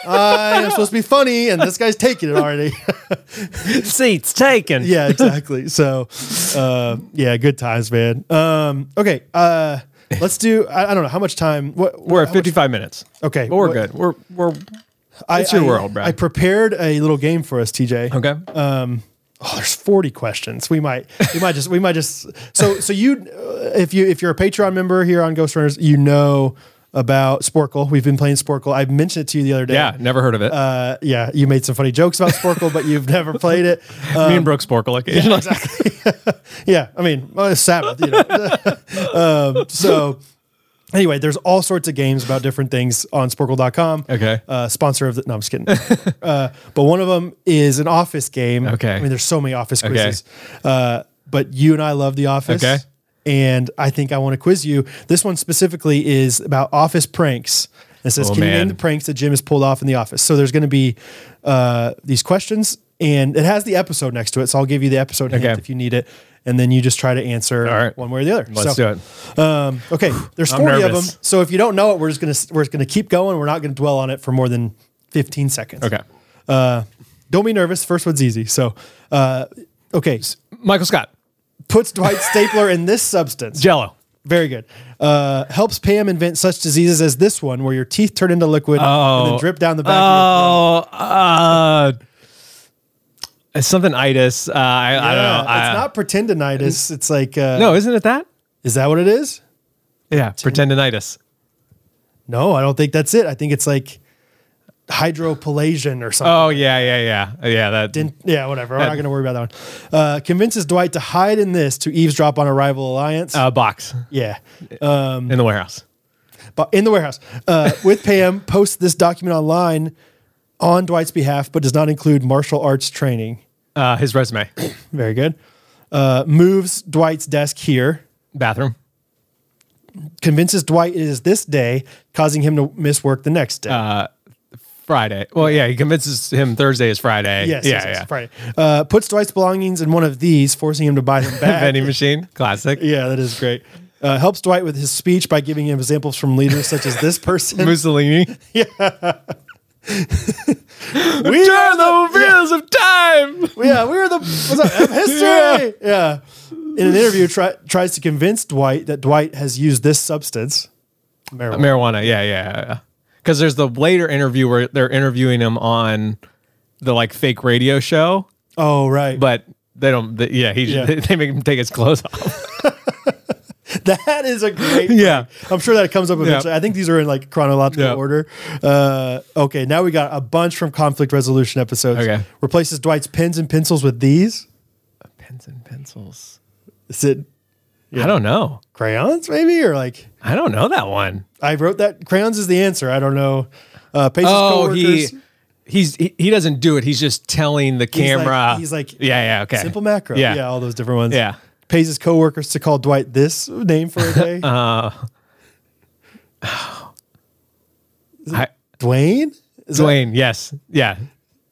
I am supposed to be funny, and this guy's taking it already. *laughs*
seats taken
yeah, exactly. So, uh, yeah, good times, man. Um, okay, uh, let's do. I, I don't know how much time. What
we're
how
at
much-
55 minutes
Okay,
but we're
what-
good we're we're
I-
it's your
I-
world, Brad.
I prepared a little game for us, TJ.
okay
Oh, there's 40 questions. We might, we might just, we might just. So, so you, uh, if you, if you're a Patreon member here on Ghost Runners, you know about Sporkle. We've been playing Sporkle. I mentioned it to you the other day.
yeah never heard of it
Uh, yeah, you made some funny jokes about Sporkle, but you've never played it. Uh,
*laughs* me and brooks Sporkle *laughs* occasionally
yeah, I mean, well, it's Sabbath, you know. *laughs* um, so, anyway, there's all sorts of games about different things on Sporkle.com.
Okay.
Uh, sponsor of the, no, I'm just kidding. *laughs* uh, but one of them is an office game.
Okay.
I mean, there's so many office
Okay.
quizzes. Uh, but you and I love The Office.
Okay.
And I think I want to quiz you. This one specifically is about office pranks. It says,
Oh,
can you name
man.
the pranks that Jim has pulled off in the office? So there's going to be uh, these questions, and it has the episode next to it. So I'll give you the episode hint
Okay.
if you need it, and then you just try to answer
All right.
one way or the other.
let's
so,
do it
Um,
*sighs*
okay, there's
I'm
40 of them.
nervous.
So if you don't know it, we're just gonna we're just gonna keep going. We're not gonna dwell on it for more than 15 seconds.
okay
Uh, don't be nervous. First one's easy. So, uh, okay,
michael scott
puts Dwight Stapler in this substance.
jello
Very good. Uh, helps Pam invent such diseases as this one, where your teeth turn into liquid and then drip down the back. of your throat.
Oh, uh, it's something itis. Uh, I, I don't
Yeah,
know. I- uh,
it's not pretendinitis. It's like, uh,
no, isn't it that?
is that what it is?
Yeah, pretendinitis.
No, I don't think that's it. I think it's like hydropelasian or something.
Oh yeah, yeah, yeah, yeah. That
Didn't- yeah, whatever. We're not going to worry about that one. Uh, convinces Dwight to hide in this to eavesdrop on a rival alliance.
uh, box
yeah. Um,
in the warehouse.
But in the warehouse uh, with Pam, *laughs* posts this document online on Dwight's behalf, but does not include martial arts training.
Uh, his
*coughs*
resume,
Very good. Uh, moves Dwight's desk here.
bathroom,
Convinces Dwight it is this day, causing him to miss work the next day.
Friday. Well, yeah, he convinces him Thursday is Friday.
yes,
yeah,
yes, yes,
yeah.
Friday. Uh, puts Dwight's belongings in one of these, forcing him to
*laughs*
buy them back.
*laughs* Vending machine, classic.
yeah, that is great. Uh, helps Dwight with his speech by giving him examples from leaders such as this
*laughs*
person. *laughs*
Mussolini.
we
Turn the wheels of time.
*laughs* yeah, we are the what's up, of history. Yeah. In an interview, try, tries to convince Dwight that Dwight has used this substance, marijuana.
Marijuana. Yeah, yeah, Because there's the later interview where they're interviewing him on the like fake radio show.
oh, right.
but they don't. They, yeah, he
Yeah.
*laughs* they make him take his clothes off.
*laughs* that is a great.
*laughs* yeah,
I'm sure that comes up eventually. I think these are in like chronological
Yeah.
order. Uh, okay, now we got a bunch from conflict resolution episodes.
Okay.
Replaces Dwight's pens and pencils with these.
pens and pencils.
Is it
I don't know.
crayons, maybe? Or like,
I don't know that one.
I wrote that. Crayons is the answer. I don't know. Uh, Pace's
Oh, he
coworkers.
he's he, he doesn't do it. He's just telling the
like-
camera.
he's like,
yeah, yeah, okay,
Simple macro. Yeah.
Yeah.
all those different ones.
Yeah.
Pays his coworkers to call Dwight this name for a
*laughs*
day.
Uh-huh. I,
Dwayne? Is that-
Dwayne. Yes, yeah.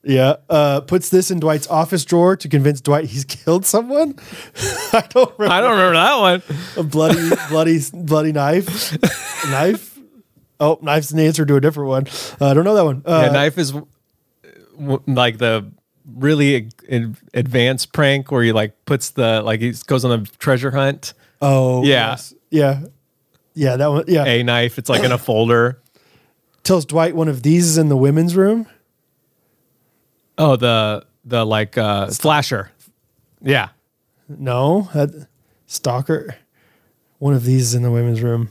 yeah. Uh, puts this in Dwight's office drawer to convince Dwight he's *laughs* killed someone. I don't remember.
I don't remember that one.
a bloody, bloody, bloody knife.
*laughs*
knife. Oh, Uh, knife's an answer to a different one. Uh, I don't know that one. Uh,
yeah, knife is w- w- like the really ad- advanced prank where he like puts the like he goes on a treasure hunt
Oh,
Yeah.
Yeah. Yeah, that one. Yeah.
a knife
*coughs*
it's like in a folder
Tells Dwight one of these is in the women's room.
oh the the like uh slasher yeah
No, that stalker. One of these is in the women's room.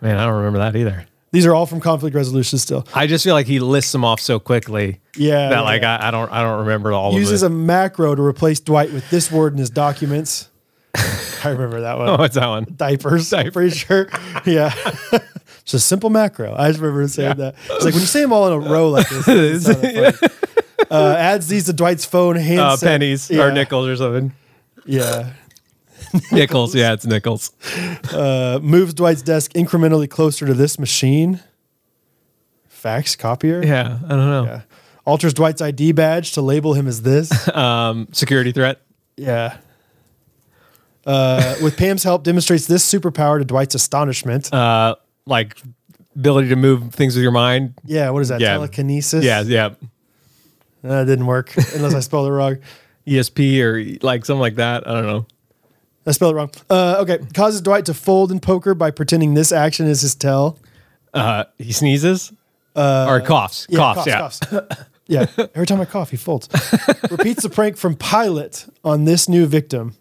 man i don't remember that either
These are all from conflict resolution still.
i just feel like he lists them off so quickly
Yeah,
that
yeah,
like I, I don't i don't remember all
Uses
of
a macro to replace Dwight with this word in his documents. I remember that one.
it *laughs* oh it's that one
Diapers, I'm pretty sure. Yeah. *laughs* It's a simple macro. I just remember saying that. It's like when you say them all in a row like this,
*laughs*
it's not that funny. Uh, adds these to Dwight's phone, handset.
uh, pennies
Yeah,
or nickels or something
Yeah.
*laughs* nickels yeah it's nickels
Uh, moves Dwight's desk incrementally closer to this machine. Fax copier.
yeah i don't know
Yeah. Alters Dwight's ID badge to label him as
*laughs*
this.
um security threat
yeah. Uh, with Pam's help, demonstrates this superpower to Dwight's astonishment.
uh like ability to move things with your mind
yeah, what is that?
yeah.
Telekinesis?
yeah yeah
That didn't work *laughs* unless I spelled it wrong.
esp E or like something like that i don't know
I spelled it wrong. Uh, okay. Causes Dwight to fold in poker by pretending this action is his tell.
uh he sneezes uh or coughs coughs, yeah
coughs. yeah. Every time I cough, he
*laughs*
folds. Repeats the prank from Pilot on this new victim.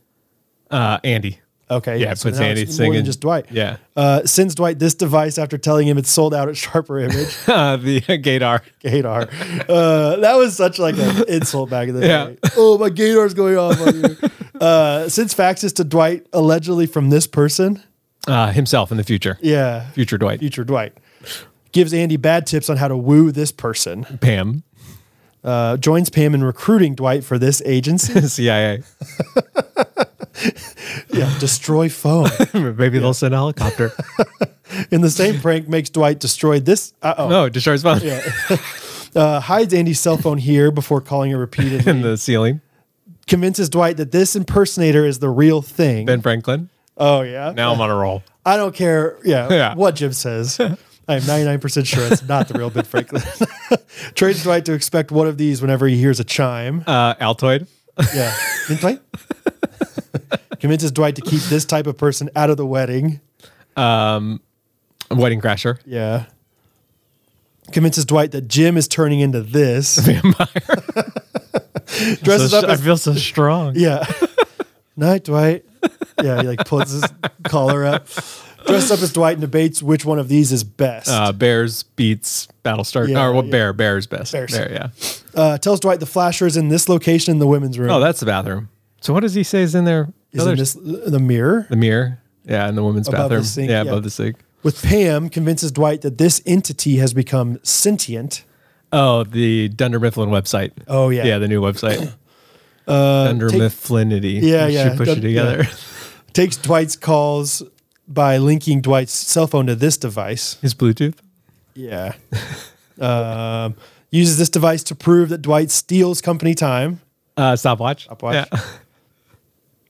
uh andy
Okay.
Yeah, puts
now
Andy
it's more
singing.
than just Dwight.
yeah *laughs*
Uh, sends Dwight this device after telling him it's sold out at Sharper Image. *laughs*
uh the gator
Gadar. Uh, that was such like
*laughs*
an insult back in the
Yeah.
day. Oh, my Gadar's going off on
*laughs*
you. Uh, sends faxes to Dwight allegedly from this person.
uh himself in the future
Yeah.
future dwight
Future Dwight. Gives Andy bad tips on how to woo this person.
pam *laughs*
Uh, joins Pam in recruiting Dwight for this
*laughs*
agency.
cia
Yeah, destroy phone.
maybe they'll send a helicopter
In the same prank, makes Dwight destroy this. Uh oh.
*laughs* no discharge bomb
*laughs* Uh, hides Andy's cell phone here before calling it
*laughs*
repeatedly.
*laughs* in the ceiling
Convinces Dwight that this impersonator is the real thing.
ben franklin
oh yeah.
now i'm on a roll
I don't care. Yeah,
*laughs* Yeah.
what Jim says. I am 99% sure it's not the real Ben Franklin. *laughs* Trains Dwight to expect one of these whenever he hears a
*laughs*
chime.
*laughs* uh altoid
Yeah. Ben Dwight? *laughs* Convinces Dwight to keep this type of person out of the wedding.
wedding crasher
Yeah. Convinces Dwight that Jim is turning into this. *laughs*
*laughs*
Dresses
So-
up
i
as
feel so
*laughs*
strong
Yeah. Night, Dwight. Yeah, he like pulls his collar up. Dresses up as Dwight and debates which one of these is best.
uh bears beats battlestar
Yeah,
or well,
yeah.
bear bear's best
Bears.
Bear, yeah
Uh, tells Dwight the flasher is in this location in the women's room.
Oh, that's the bathroom. So what does he say is in there?
is in this the mirror
the mirror. Yeah, in the women's
Above the
bathroom.
sink,
yeah,
yeah.
above the sink.
with Pam convinces Dwight that this entity has become sentient.
Oh, the Dunder Mifflin website.
Oh, yeah.
yeah, the
*coughs*
new website. Uh, Dunder
take-
Mifflinity.
Yeah,
You
yeah,
Should push
Dun-
it together. *laughs*
Takes Dwight's calls by linking Dwight's cell phone to this device.
His Bluetooth.
Yeah. *laughs* um, uses this device to prove that Dwight steals company time.
Uh, stopwatch.
Stopwatch.
Yeah.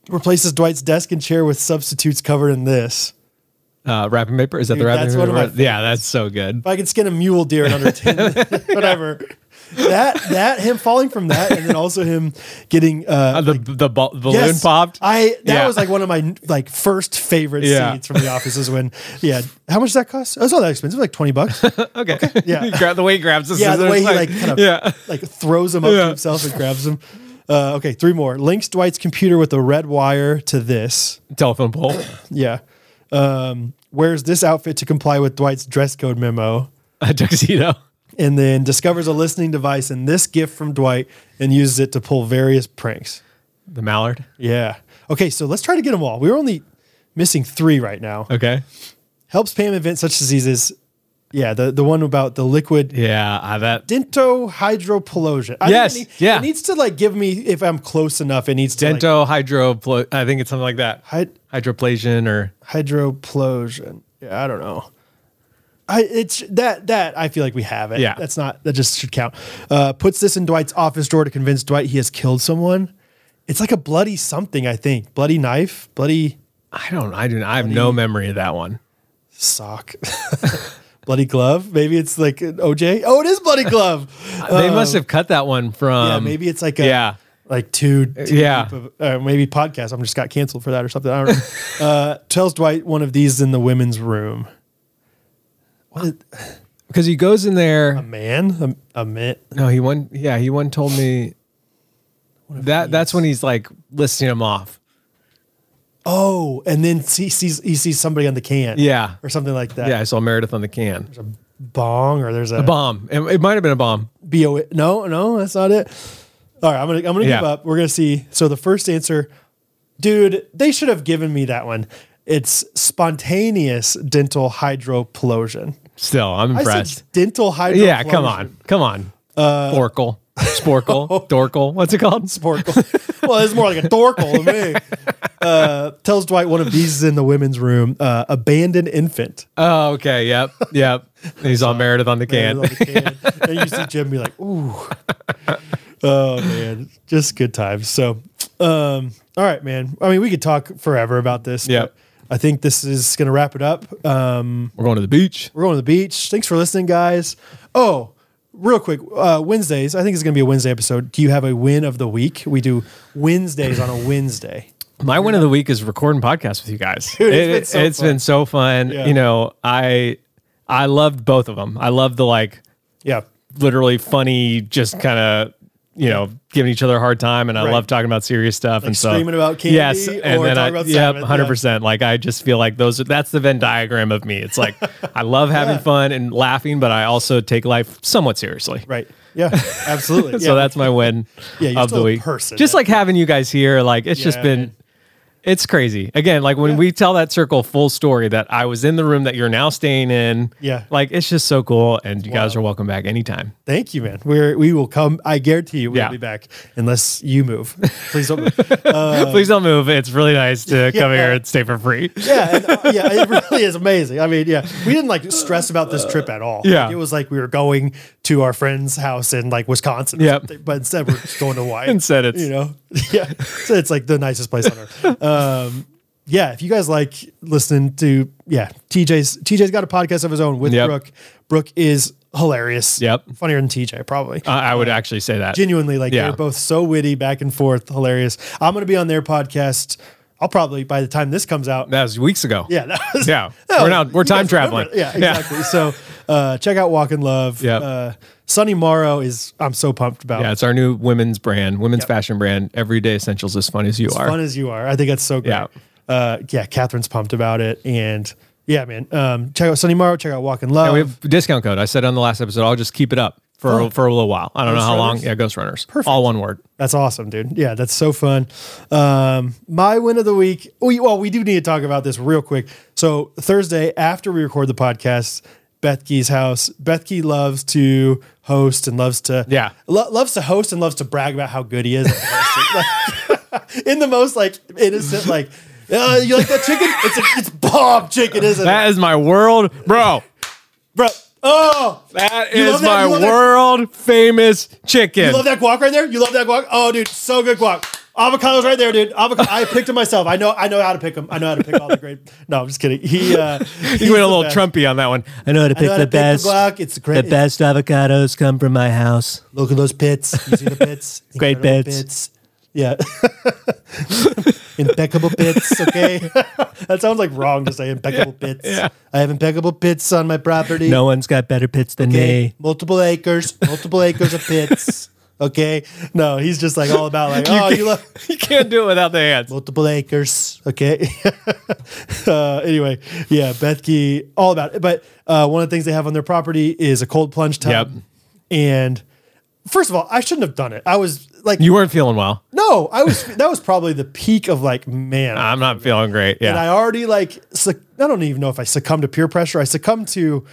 Replaces Dwight's desk and chair with substitutes covered in this.
Uh, wrapping paper. Is that
Dude,
the wrapping
that's one
paper?
of my
yeah, that's so good.
If I could skin a mule deer in
*laughs*
under ten, minutes, whatever. That that him falling from that, and then also him getting uh,
Uh, the the ball, balloon
Yes.
popped.
I that
Yeah.
was like one of my like first favorite
Yeah.
scenes from The Office is when yeah. How much does that cost? It was not that expensive, like twenty
*laughs*
bucks.
okay.
yeah.
He grabbed- the way he grabs the
Yeah, the way he
scissors,
like kind of
yeah.
like throws them up to
Yeah.
himself and grabs them. Uh, okay, three more. Links Dwight's computer with a red wire to this.
Telephone pole. *laughs*
Yeah. Um, wears this outfit to comply with Dwight's dress code memo,
A tuxedo.
and then discovers a listening device in this gift from Dwight and uses it to pull various pranks.
The mallard.
Yeah. Okay, so let's try to get them all. We're only missing three right now.
Okay.
helps Pam invent such diseases. Yeah, the, the one about the liquid
Yeah. I that
dentohydroplosion. I think
Yes,
it need-
yeah.
It needs to like give me if I'm close enough. It needs to like,
Dento hydro, I think it's something like that.
hy-
Hydroplasion or
hydroplosion. Yeah, I don't know. I it's that that I feel like we have it.
Yeah.
that's not that just should count. Uh, puts this in Dwight's office drawer to convince Dwight he has killed someone. It's like a bloody something. I think bloody knife, bloody
I don't I do I have no memory of that one.
sock, *laughs* Bloody Glove. Maybe it's like an OJ. Oh, it is Bloody
*laughs*
Glove.
they
Uh,
must have cut that one from.
yeah, maybe it's like a
Um, yeah. Uh,
like two, two
Yeah.
deep of- or maybe podcast. I'm just got canceled for that or something. I don't
*laughs*
know. uh, tells Dwight one of these in the women's room. What is-
Because he goes in there.
a man? A, a man?
No, he one. Yeah, he one told me that. That's when he's like listing them off.
Oh, and then he sees he sees somebody on the can.
Yeah.
or something like that.
Yeah, I saw Meredith on the can.
bong or there's a,
Bomb. It, it might have been a bomb.
bo. No, no, that's not it. All right, I'm gonna I'm gonna give
Yeah.
up. We're gonna see. So the first answer, dude, they should have given me that one. It's spontaneous dental hydroplosion.
Still, I'm
I
impressed.
said dental hydroplosion.
Yeah, come on, come on. Uh, Orkle,
*laughs*
sporkle, dorkle. What's it called?
Oh. Sporkle. well, it's more like a dorkle to me.
*laughs*
Uh, tells Dwight one of these is in the women's room. Uh, abandoned infant.
Oh, okay. Yep, yep. He's on Meredith on
Man,
the can.
on the can. and you see Jim be like, ooh. oh man. Just good times. So um, all right, man. I mean, we could talk forever about this. but
Yep.
I think this is gonna wrap it up. Um,
We're *laughs* going to the beach.
we're going to the beach. Thanks for listening, guys. Oh, real quick, uh, Wednesdays. I think it's going to be a Wednesday episode. Do you have a win of the week? We do Wednesdays on a Wednesday.
My win of the week is recording podcasts with you guys.
*laughs* Dude, it's been
it,
so
it's
fun.
been so fun.
Yeah.
You know, I I loved both of them. I loved the like
Yeah,
literally funny, just kind of you know giving each other a hard time, and I
Right.
love talking about serious stuff and stuff.
screaming about candy
yes,
or
and then
talking
I,
about
yeah,
salmon, yeah.
hundred percent. Like I just feel like those are that's the Venn diagram of me.
*laughs*
It's like I love having fun and laughing, but I also take life somewhat seriously.
right. Yeah, absolutely.
*laughs* so
Yeah.
that's my win
*laughs* Yeah, you're
of
still
the
a
week.
person.
just like having you guys here, like it's just
Yeah,
been.
man.
It's crazy. Again, like when we tell that circle full story that I was in the room that you're now staying in.
Yeah.
Like it's just so cool. And you guys are welcome back anytime.
Thank you, man. We're we will come. I guarantee you, we'll
Yeah.
be back unless you move. Please don't. Move. Um,
Please don't move. It's really nice to
*laughs*
come here and stay for free.
yeah, and, uh, yeah, it *laughs* really is amazing. I mean, yeah, we didn't like stress about this trip at all.
Yeah.
Like, it was like we were going to our friend's house in like Wisconsin. or
Yep.
something, but instead we're just going to Hawaii.
Instead it's-
you know, *laughs* yeah, so it's like the nicest place on earth. Um, yeah, if you guys like listening to yeah, TJ's TJ's got a podcast of his own with
Yep.
Brooke. Brooke is hilarious.
Yep.
funnier than TJ probably
Uh, I, I would actually say that.
genuinely like
Yeah.
they're both so witty back and forth hilarious i'm gonna be on their podcast i'll probably by the time this comes out
That was weeks ago.
yeah that was, *laughs*
Yeah.
that
We're
was-
now- we're
you
time
guys remember
traveling.
it. yeah exactly so uh check out walk in love
Yep.
uh sunny morrow is i'm so pumped about
Yeah. It's our new women's brand, women's fashion brand. Everyday Essentials as fun as you are.
fun as you are i think that's so great
Yeah.
uh yeah catherine's pumped about it and yeah man um check out sunny morrow check out walk in love
And we have a discount code. I said on the last episode, I'll just keep it up for, for a little while. I don't know
Oh. Ghost
how long.
Runners?
Yeah, Ghost Runners. Perfect. All one word.
That's awesome, dude. Yeah, that's so fun. Um, my win of the week. We, well, we do need to talk about this real quick. So Thursday after we record the podcast, Beth Key's house. Beth Key loves to host and loves to
Yeah.
lo- loves to host and loves to brag about how good he is. *laughs* at hosting. Like, *laughs* in the most like innocent like. Uh, you like that chicken? It's a, it's bomb chicken, isn't it,
That is my world,
*laughs*
bro.
bro? Oh,
That
You
is
love that?
my
You love that?
world famous chicken.
You love that guac right there? You love that guac? Oh, dude, so good guac. Avocados right there, dude. Avocado. I picked them myself. I know. I know how to pick them. I know how to pick all the great. *laughs* No, I'm just kidding. He uh,
He went a little Trumpy on that one. I know how to
I know how to pick the guac. It's the great.
best avocados come from my house.
Look at those pits. You see the pits.
Great
Incredible
pits.
Yeah. *laughs* impeccable pits. Okay. *laughs* that sounds like wrong to say impeccable pits.
yeah.
I have impeccable pits on my property.
No one's got better pits than
Okay.
me.
Multiple acres. Multiple acres of pits. Okay. No, he's just like all about like, oh, *laughs* you love.
you can't do it without the hands.
multiple acres. Okay. *laughs* uh, anyway, yeah, Bethke, all about it. But uh, one of the things they have on their property is a cold plunge tub.
Yep.
And first of all, I shouldn't have done it. I was like,
You weren't feeling well.
no, I was. *laughs* that was probably the peak of like, man.
I'm not feeling great.
and I
Yeah.
already like, suc- I don't even know if I succumbed to peer pressure. I succumbed to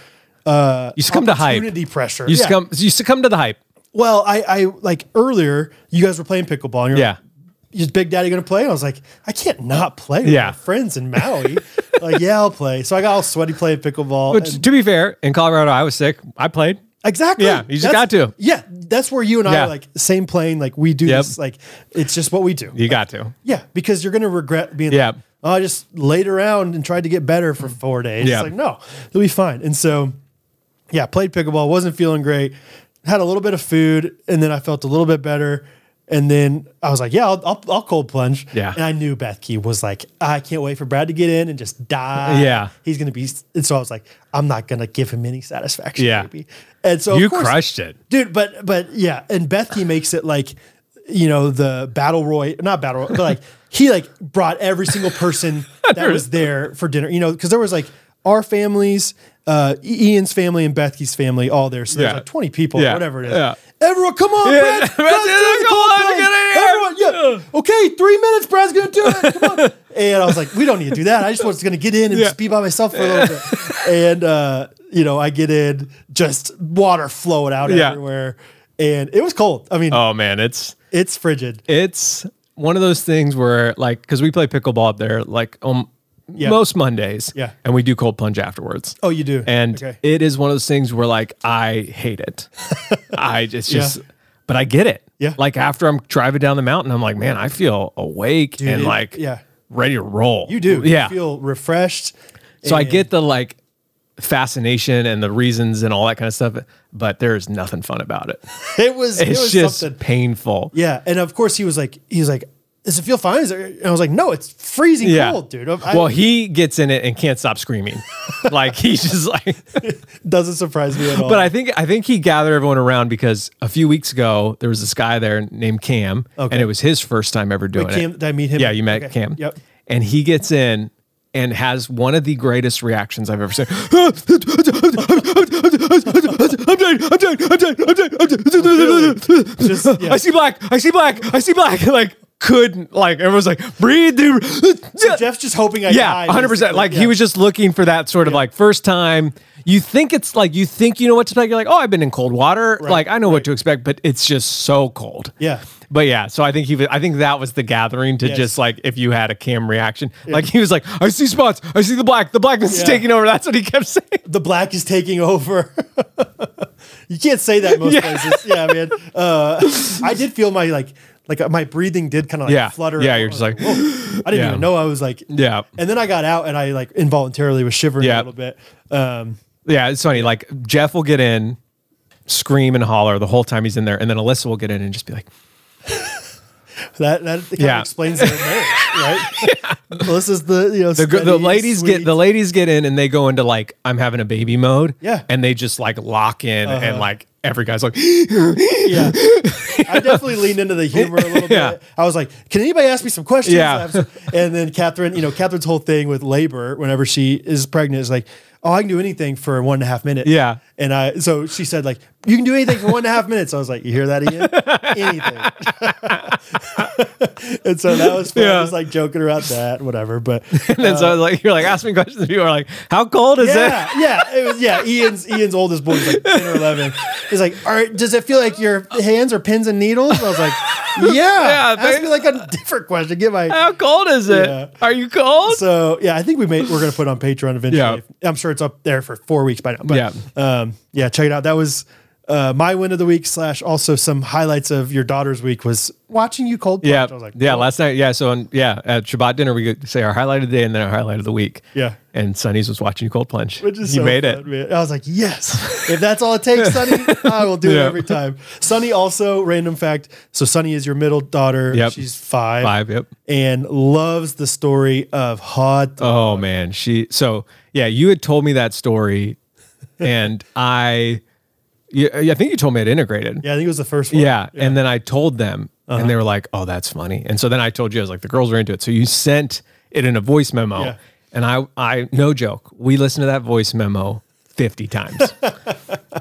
You succumb to hype.
opportunity pressure.
You
Yeah.
succumb you succumb to the hype.
Well, I, I like earlier you guys were playing pickleball. And you're
Yeah.
Like, is Big Daddy gonna play? And I was like, I can't not play with
Yeah.
my friends in Maui. *laughs* like, yeah, I'll play. So I got all sweaty playing pickleball.
But
and-
to be fair, in Colorado, I was sick. I played.
exactly.
Yeah, you just
That's-
got to.
Yeah, that's where you and I
Yeah.
are like same plane. Like we do
Yep.
this. Like it's just what we do.
You got to.
Yeah, because you're gonna regret being.
Yeah.
Like, oh, I just laid around and tried to get better for four days.
Yeah.
It's like no, it'll be fine. And so yeah, played pickleball, wasn't feeling great, had a little bit of food, and then I felt a little bit better. And then I was like, yeah, I'll, I'll, I'll cold plunge.
Yeah.
And I knew Beth Key was like, I can't wait for Brad to get in and just die.
Yeah.
He's going to be. And so I was like, I'm not going to give him any satisfaction.
Yeah.
Maybe. And so of
You
course-
crushed it.
dude. But but yeah, and Bethke makes it like you know the battle roy, not battle, Roy- but like he like brought every single
*laughs*
person that was there for dinner. You know, because there was like our families, uh, Ian's family and Bethke's family, all there. So there's
Yeah.
like 20 people,
Yeah.
whatever it is.
Yeah.
Everyone, come on,
Yeah. *laughs*
Brad.
Brad,
Brad's doing the
come
cold
on,
plunge.
get in here.
Everyone, yeah. Okay, three minutes. Brad's gonna do it. Come on. *laughs* and I was like, we don't need to do that. I just was gonna get in and
Yeah.
just be by myself for a little bit.
*laughs*
And uh, you know, I get in, just water flowing out
Yeah.
everywhere, and it was cold. I mean,
Oh man, it's
it's frigid.
it's one of those things where like because we play pickleball up there like um most Mondays.
Yeah.
And we do cold plunge afterwards.
Oh, you do.
And
Okay.
it is one of those things where like I
*laughs*
hate it. I it's just but I get it.
Yeah.
Like after I'm driving down the mountain, I'm like, man, I feel awake and
it-
like
yeah.
ready to roll.
you do.
Yeah.
you feel refreshed.
so I
and-
get the like fascination and the reasons and all that kind of stuff, but there's nothing fun
*laughs*
about it.
It was. it
It's
was
just
something.
painful.
Yeah, and of course he was like, he was like, does it feel fine? Is it- And I was like, no, it's freezing
Yeah.
cold, dude. I-
well, he gets in it and can't stop screaming.
*laughs*
like he's just like
doesn't surprise me at all.
*laughs* but I think I think he gathered everyone around because a few weeks ago there was this guy there named Cam and it was his first time ever doing
Cam,
it.
did I meet him?
Yeah, you met
Okay.
Cam.
Yep.
And he gets in and has one of the greatest reactions I've ever
*laughs*
seen. *laughs* I'm dying, I'm dying, I'm dying, I'm dying, I'm dying. *laughs*
Just- yeah.
I see black, I see black, I see black. Like couldn't like everyone's like breathe dude.
Jeff's just hoping I
Yeah,
die.
hundred percent.
basically.
Like
Yeah.
he was just looking for that sort of like first time. You think it's like you think you know what to expect. You're like, oh, I've been in cold water. Like I know what to expect, but it's just so cold.
Yeah.
But yeah, so I think he was. I think that was the gathering to
Yes.
just like if you had a cam reaction, like he was like, I see spots, I see the black, the blackness is
Yeah.
taking over. That's what he kept *laughs* saying.
the black is taking over. *laughs* you can't say that most
Yeah.
places. Yeah, man. Uh, I did feel my like like uh, my breathing did kind of like
Yeah.
flutter.
Yeah,
I
you're
was
just like,
"Whoa." I didn't
Yeah.
even know I was like
Yeah.
And then I got out and I like involuntarily was shivering a
Yeah.
little bit. Um,
Yeah, it's funny. Like Jeff will get in, scream and holler the whole time he's in there, and then Alyssa will get in and just be like,
that that kind
Yeah.
of explains their marriage,
*laughs*
right? Melissa's the you know
the, gr- the ladies get the ladies get in and they go into like I'm having a baby mode.
Yeah. Uh-huh.
and they just like lock in and like every guy's like, *gasps*
yeah. *laughs* I definitely leaned into the humor a little bit.
*laughs* Yeah.
I was like, "Can anybody ask me some questions?"
Yeah.
I have some- And then Catherine, you know, Catherine's whole thing with labor, whenever she is pregnant, is like, "Oh, I can do anything for one and a half minutes."
Yeah.
And I, so she said, like, "You can do anything for one and a half minutes." I was like, "You hear that
*laughs*
again? anything." *laughs* and so that was fun.
Yeah.
Just like joking around that, whatever. But
and then so like you're like ask me questions. And you are like, how cold is it?
Uh, *laughs* yeah, yeah, it was yeah. Ian's Ian's oldest boy was like ten or eleven. He's like, all right, does it feel like your hands are pins and needles? And I
*laughs*
was like, yeah.
Yeah,
ask
thanks.
me like a different question. Get
*laughs*
my
How cold is it?
Yeah.
Are you cold?
so yeah. I think we made we're gonna put it on Patreon eventually. I'm sure it's up there for four weeks by now. But
Yeah.
um, yeah, check it out. That was. Uh, my win of the week slash also some highlights of your daughter's week was watching you cold plunge.
yeah,
I was like,
yeah. Last night, yeah. So on, yeah, at Shabbat dinner, we could say our highlight of the day and then our highlight of the week.
Yeah.
and Sonny's was watching you cold plunge.
Which is
you
so
made
fun,
it.
man. I was like,
*laughs*
yes. If that's all it takes, Sonny, I will do it
Yeah.
every time. Sonny also, random fact. So Sonny is your middle daughter.
Yep.
She's five.
Five. Yep.
And loves the story of hot.
Oh man, she. So yeah, you had told me that story,
*laughs*
and I, yeah, I think you told me it integrated.
yeah, Uh-huh. I think it was the first one.
Yeah. And then I told them, and they were like, oh, that's funny. And so then I told you, I was like, the girls are into it. So you sent it in a voice memo.
Yeah.
And I, I, no joke, we listened to that voice memo 50
*laughs*
times.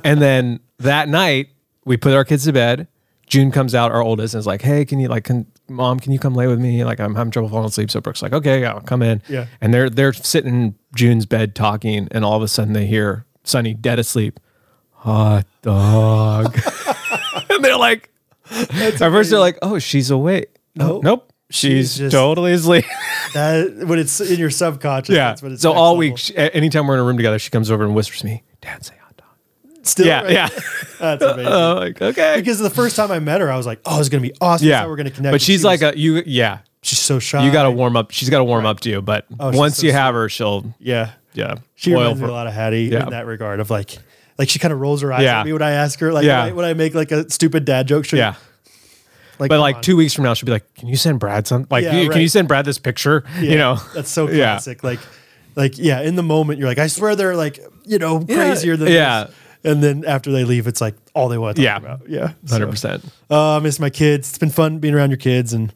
and then that night, we put our kids to bed. June comes out, our oldest, and is like, hey, can you, like, can, mom, can you come lay with me? Like, I'm having trouble falling asleep. So Brooke's like, okay, I'll come in.
Yeah.
And they're, they're sitting in June's bed talking, and all of a sudden they hear Sunny dead asleep. Hot dog.
*laughs*
and they're like, at first they're like, oh, she's awake. No, nope, she's,
She's just- *laughs*
totally asleep.
That, when it's in your subconscious.
yeah.
That's what it's
So
next
all
level.
week, she, a- anytime we're in a room together, she comes over and whispers to me, "Dad, say hot dog."
Still,
Yeah,
right?
*laughs* yeah.
*laughs*
Uh,
That's amazing.
I'm like, okay.
because the first time I met her, I was like, oh, it's going to be awesome. That's
yeah,
how we're going to connect.
But she's
She
like
was-
a you. Yeah,
she's so shy.
you got to warm up. She's got to warm up to you. But
Oh, she's
once
so
you have her, she'll
Yeah.
yeah.
She
loyal
reminds me
for-
a lot of Hattie
Yeah.
in that regard of like Like she kind of rolls her eyes
Yeah.
at me when I ask her, like,
Yeah.
would, I, would I make like a stupid dad joke? Should-
Yeah. but
come
like
on.
two weeks from now, she'll be like, "Can you send Brad some? Like,
Yeah,
can you-
right.
can you send Brad this picture?
Yeah,
You know,
that's so
*laughs* Yeah.
classic. Like, like yeah, in the moment you're like, I swear they're like, you know, crazier than
yeah.
this. And then after they leave, it's like all they want to
Yeah.
talk about. Yeah,
hundred percent.
So, uh, I miss my kids. It's been fun being around your kids, and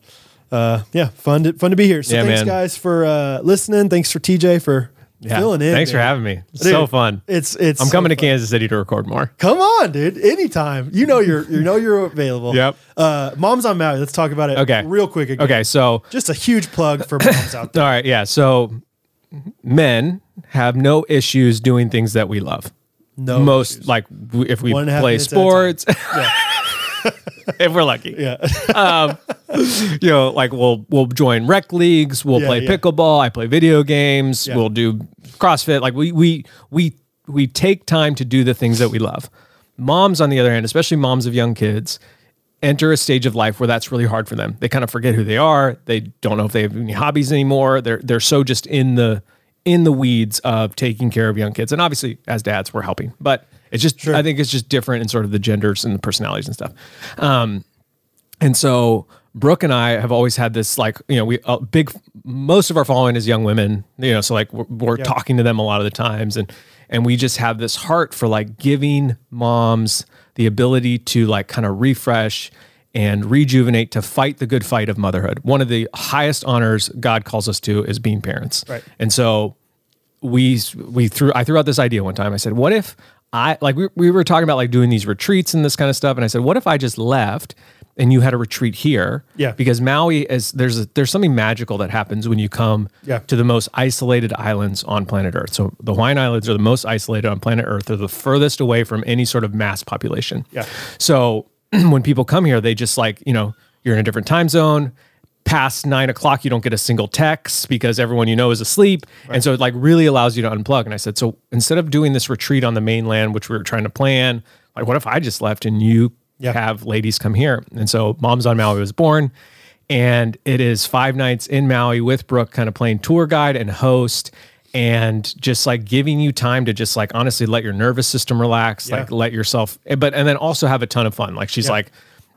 uh, yeah, fun to, fun to be here. So
Yeah,
thanks
man.
guys for uh, listening. Thanks for TJ for
Yeah.
filling in.
Thanks for
man.
having me. It's
Dude,
so fun.
It's it's.
I'm
so
coming to
fun.
Kansas City to record more.
Come on, dude. Anytime. You know you're you know you're available.
*laughs* Yep.
Uh, Moms on Maui. Let's talk about it.
Okay.
Real quick. Again.
Okay, so
Just a huge plug for moms out there.
all right, yeah. So men have no issues doing things that we love.
No.
*laughs* Most like w- if we
One and a half
play
minutes at a time.
sports, *laughs* if we're lucky,
Yeah.
you know, like we'll we'll join rec leagues, we'll
Yeah,
play
yeah.
pickleball, I play video games,
Yeah.
we'll do CrossFit. Like we we we we take time to do the things that we love. Moms, on the other hand, especially moms of young kids, enter a stage of life where that's really hard for them. They kind of forget who they are. They don't know if they have any hobbies anymore. They're they're so just in the in the weeds of taking care of young kids. And obviously, as dads, we're helping, but it's just I think it's just different in sort of the genders and the personalities and stuff. Um, and so Brooke and I have always had this like, you know, we a big most of our following is young women, you know, so like we're, we're talking to them a lot of the times and and we just have this heart for like giving moms the ability to like kind of refresh and rejuvenate to fight the good fight of motherhood. One of the highest honors God calls us to is being parents.
Right.
And so we we threw I threw out this idea one time. I said, "What if I like we, we were talking about like doing these retreats and this kind of stuff?" And I said, "What if I just left and you had a retreat here?"
Yeah.
because Maui is there's a, there's something magical that happens when you come
Yeah.
to the most isolated islands on planet Earth. So the Hawaiian Islands are the most isolated on planet Earth. They're the furthest away from any sort of mass population.
Yeah.
So *clears throat* when people come here, they just like, you know, you're in a different time zone. Past nine o'clock, you don't get a single text because everyone you know is asleep. And so it like really allows you to unplug. And I said, so instead of doing this retreat on the mainland, which we were trying to plan, like, what if I just left and you
Yeah.
have ladies come here? And so Moms on Maui was born. And it is five nights in Maui with Brooke, kind of playing tour guide and host. And just like giving you time to just like honestly let your nervous system relax,
Yeah.
like let yourself eh, but and then also have a ton of fun like she's like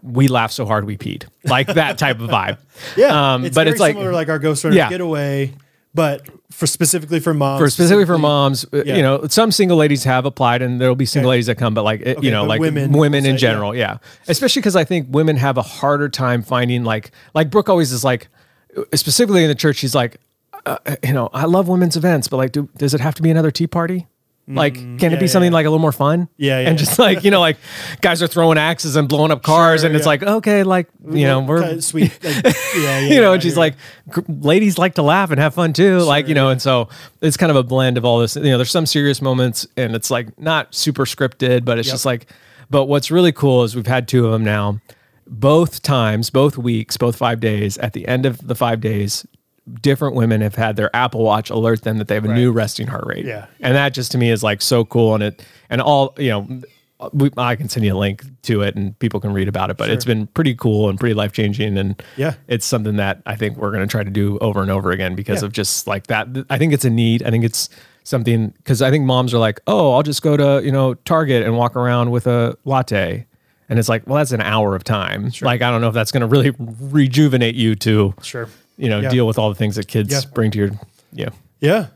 we laughed so hard we peed like that type of vibe
*laughs* Yeah,
um but
very
it's like
similar to, like our Ghost Runner
Yeah.
getaway, but for specifically for moms.
for specifically for moms uh,
Yeah.
you know some single ladies have applied and there'll be single
Okay.
ladies that come but like it- you know
but
like
women,
women
we'll
in
say, yeah.
general yeah, especially because i think women have a harder time finding like like brooke always is like uh, specifically in the church she's like uh, you know i love women's events but like do, does it have to be another tea party like can it be
Mm, yeah,
something
yeah.
like a little more fun
Yeah, yeah,
and just like you know like guys are throwing axes and blowing up cars
Sure,
and it's
yeah.
like okay like you know we're
Kinda sweet, like,
*laughs*
yeah, yeah,
you know,
yeah,
and she's
yeah.
like, "Gr- ladies like to laugh and have fun too. like, you know, and so it's kind of a blend of all this. You know, there's some serious moments and it's like not super scripted, but it's just like, but what's really cool is we've had two of them now. Both times, both weeks, both five days, at the end of the five days, different women have had their Apple Watch alert them that they have a new resting heart rate.
Yeah.
And that just to me is like so cool. And it, and all, you know, we, I can send you a link to it and people can read about it, but it's been pretty cool and pretty life changing. And
Yeah.
it's something that I think we're going to try to do over and over again because of just like that. I think it's a need. I think it's something because I think moms are like, oh, I'll just go to, you know, Target and walk around with a latte. And it's like, well, that's an hour of time. Like, I don't know if that's going to really rejuvenate you to,
Sure.
you know,
Yeah.
deal with all the things that kids
Yeah.
bring to your, yeah.
yeah,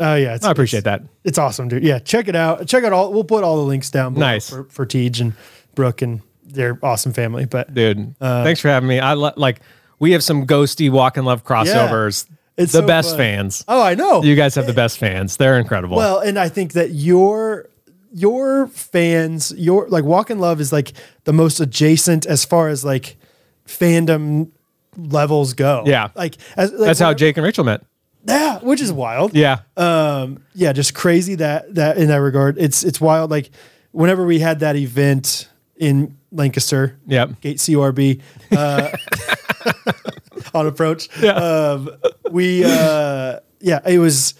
oh yeah, it's,
I appreciate that.
It's, it's awesome, dude. Yeah, check it out. Check out all. We'll put all the links down. below
Nice.
for, for Tej and Brooke and their awesome family. But
Dude,
Uh,
thanks for having me. I lo- like, we have some ghosty walk and love crossovers.
It's
the
so
best
fun.
fans.
oh, I know.
You guys have the best fans. They're incredible.
Well, and I think that your your fans, your like Walk in Love is like the most adjacent as far as like fandom levels go.
Yeah.
Like, as, like
That's how
whenever-
Jake and Rachel met.
Yeah, which is wild.
Yeah.
Um yeah, just crazy that that in that regard. It's it's wild like whenever we had that event in Lancaster.
Yep.
Gate CRB uh, *laughs* on approach.
Yeah.
Um, we, uh, yeah, it was,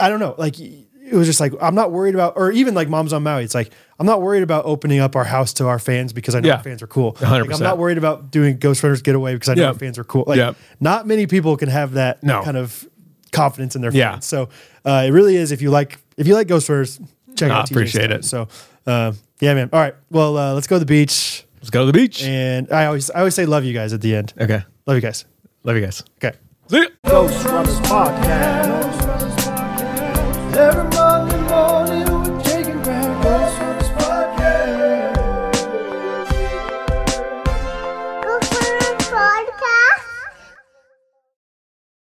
I don't know, like, it was just like, I'm not worried about, or even like Moms on Maui, it's like, I'm not worried about opening up our house to our fans because I know
Yeah.
our fans are cool. Like, I'm
100%.
not worried about doing Ghost Runners Getaway because I know
Yeah.
our fans are cool. Like,
Yeah.
not many people can have that
No.
kind of confidence in their
Yeah.
fans. So uh, it really is, if you like, if you like Ghost Runners, check
I
out. TJ's
appreciate
stuff.
it.
So, uh, yeah, man. All right. Well, uh, let's go to the beach.
Let's go to the beach.
And I always, I always say love you guys at the end.
Okay.
Love you guys.
Love you guys.
Okay.
See ya.
Ghost Runners Podcast. Every Monday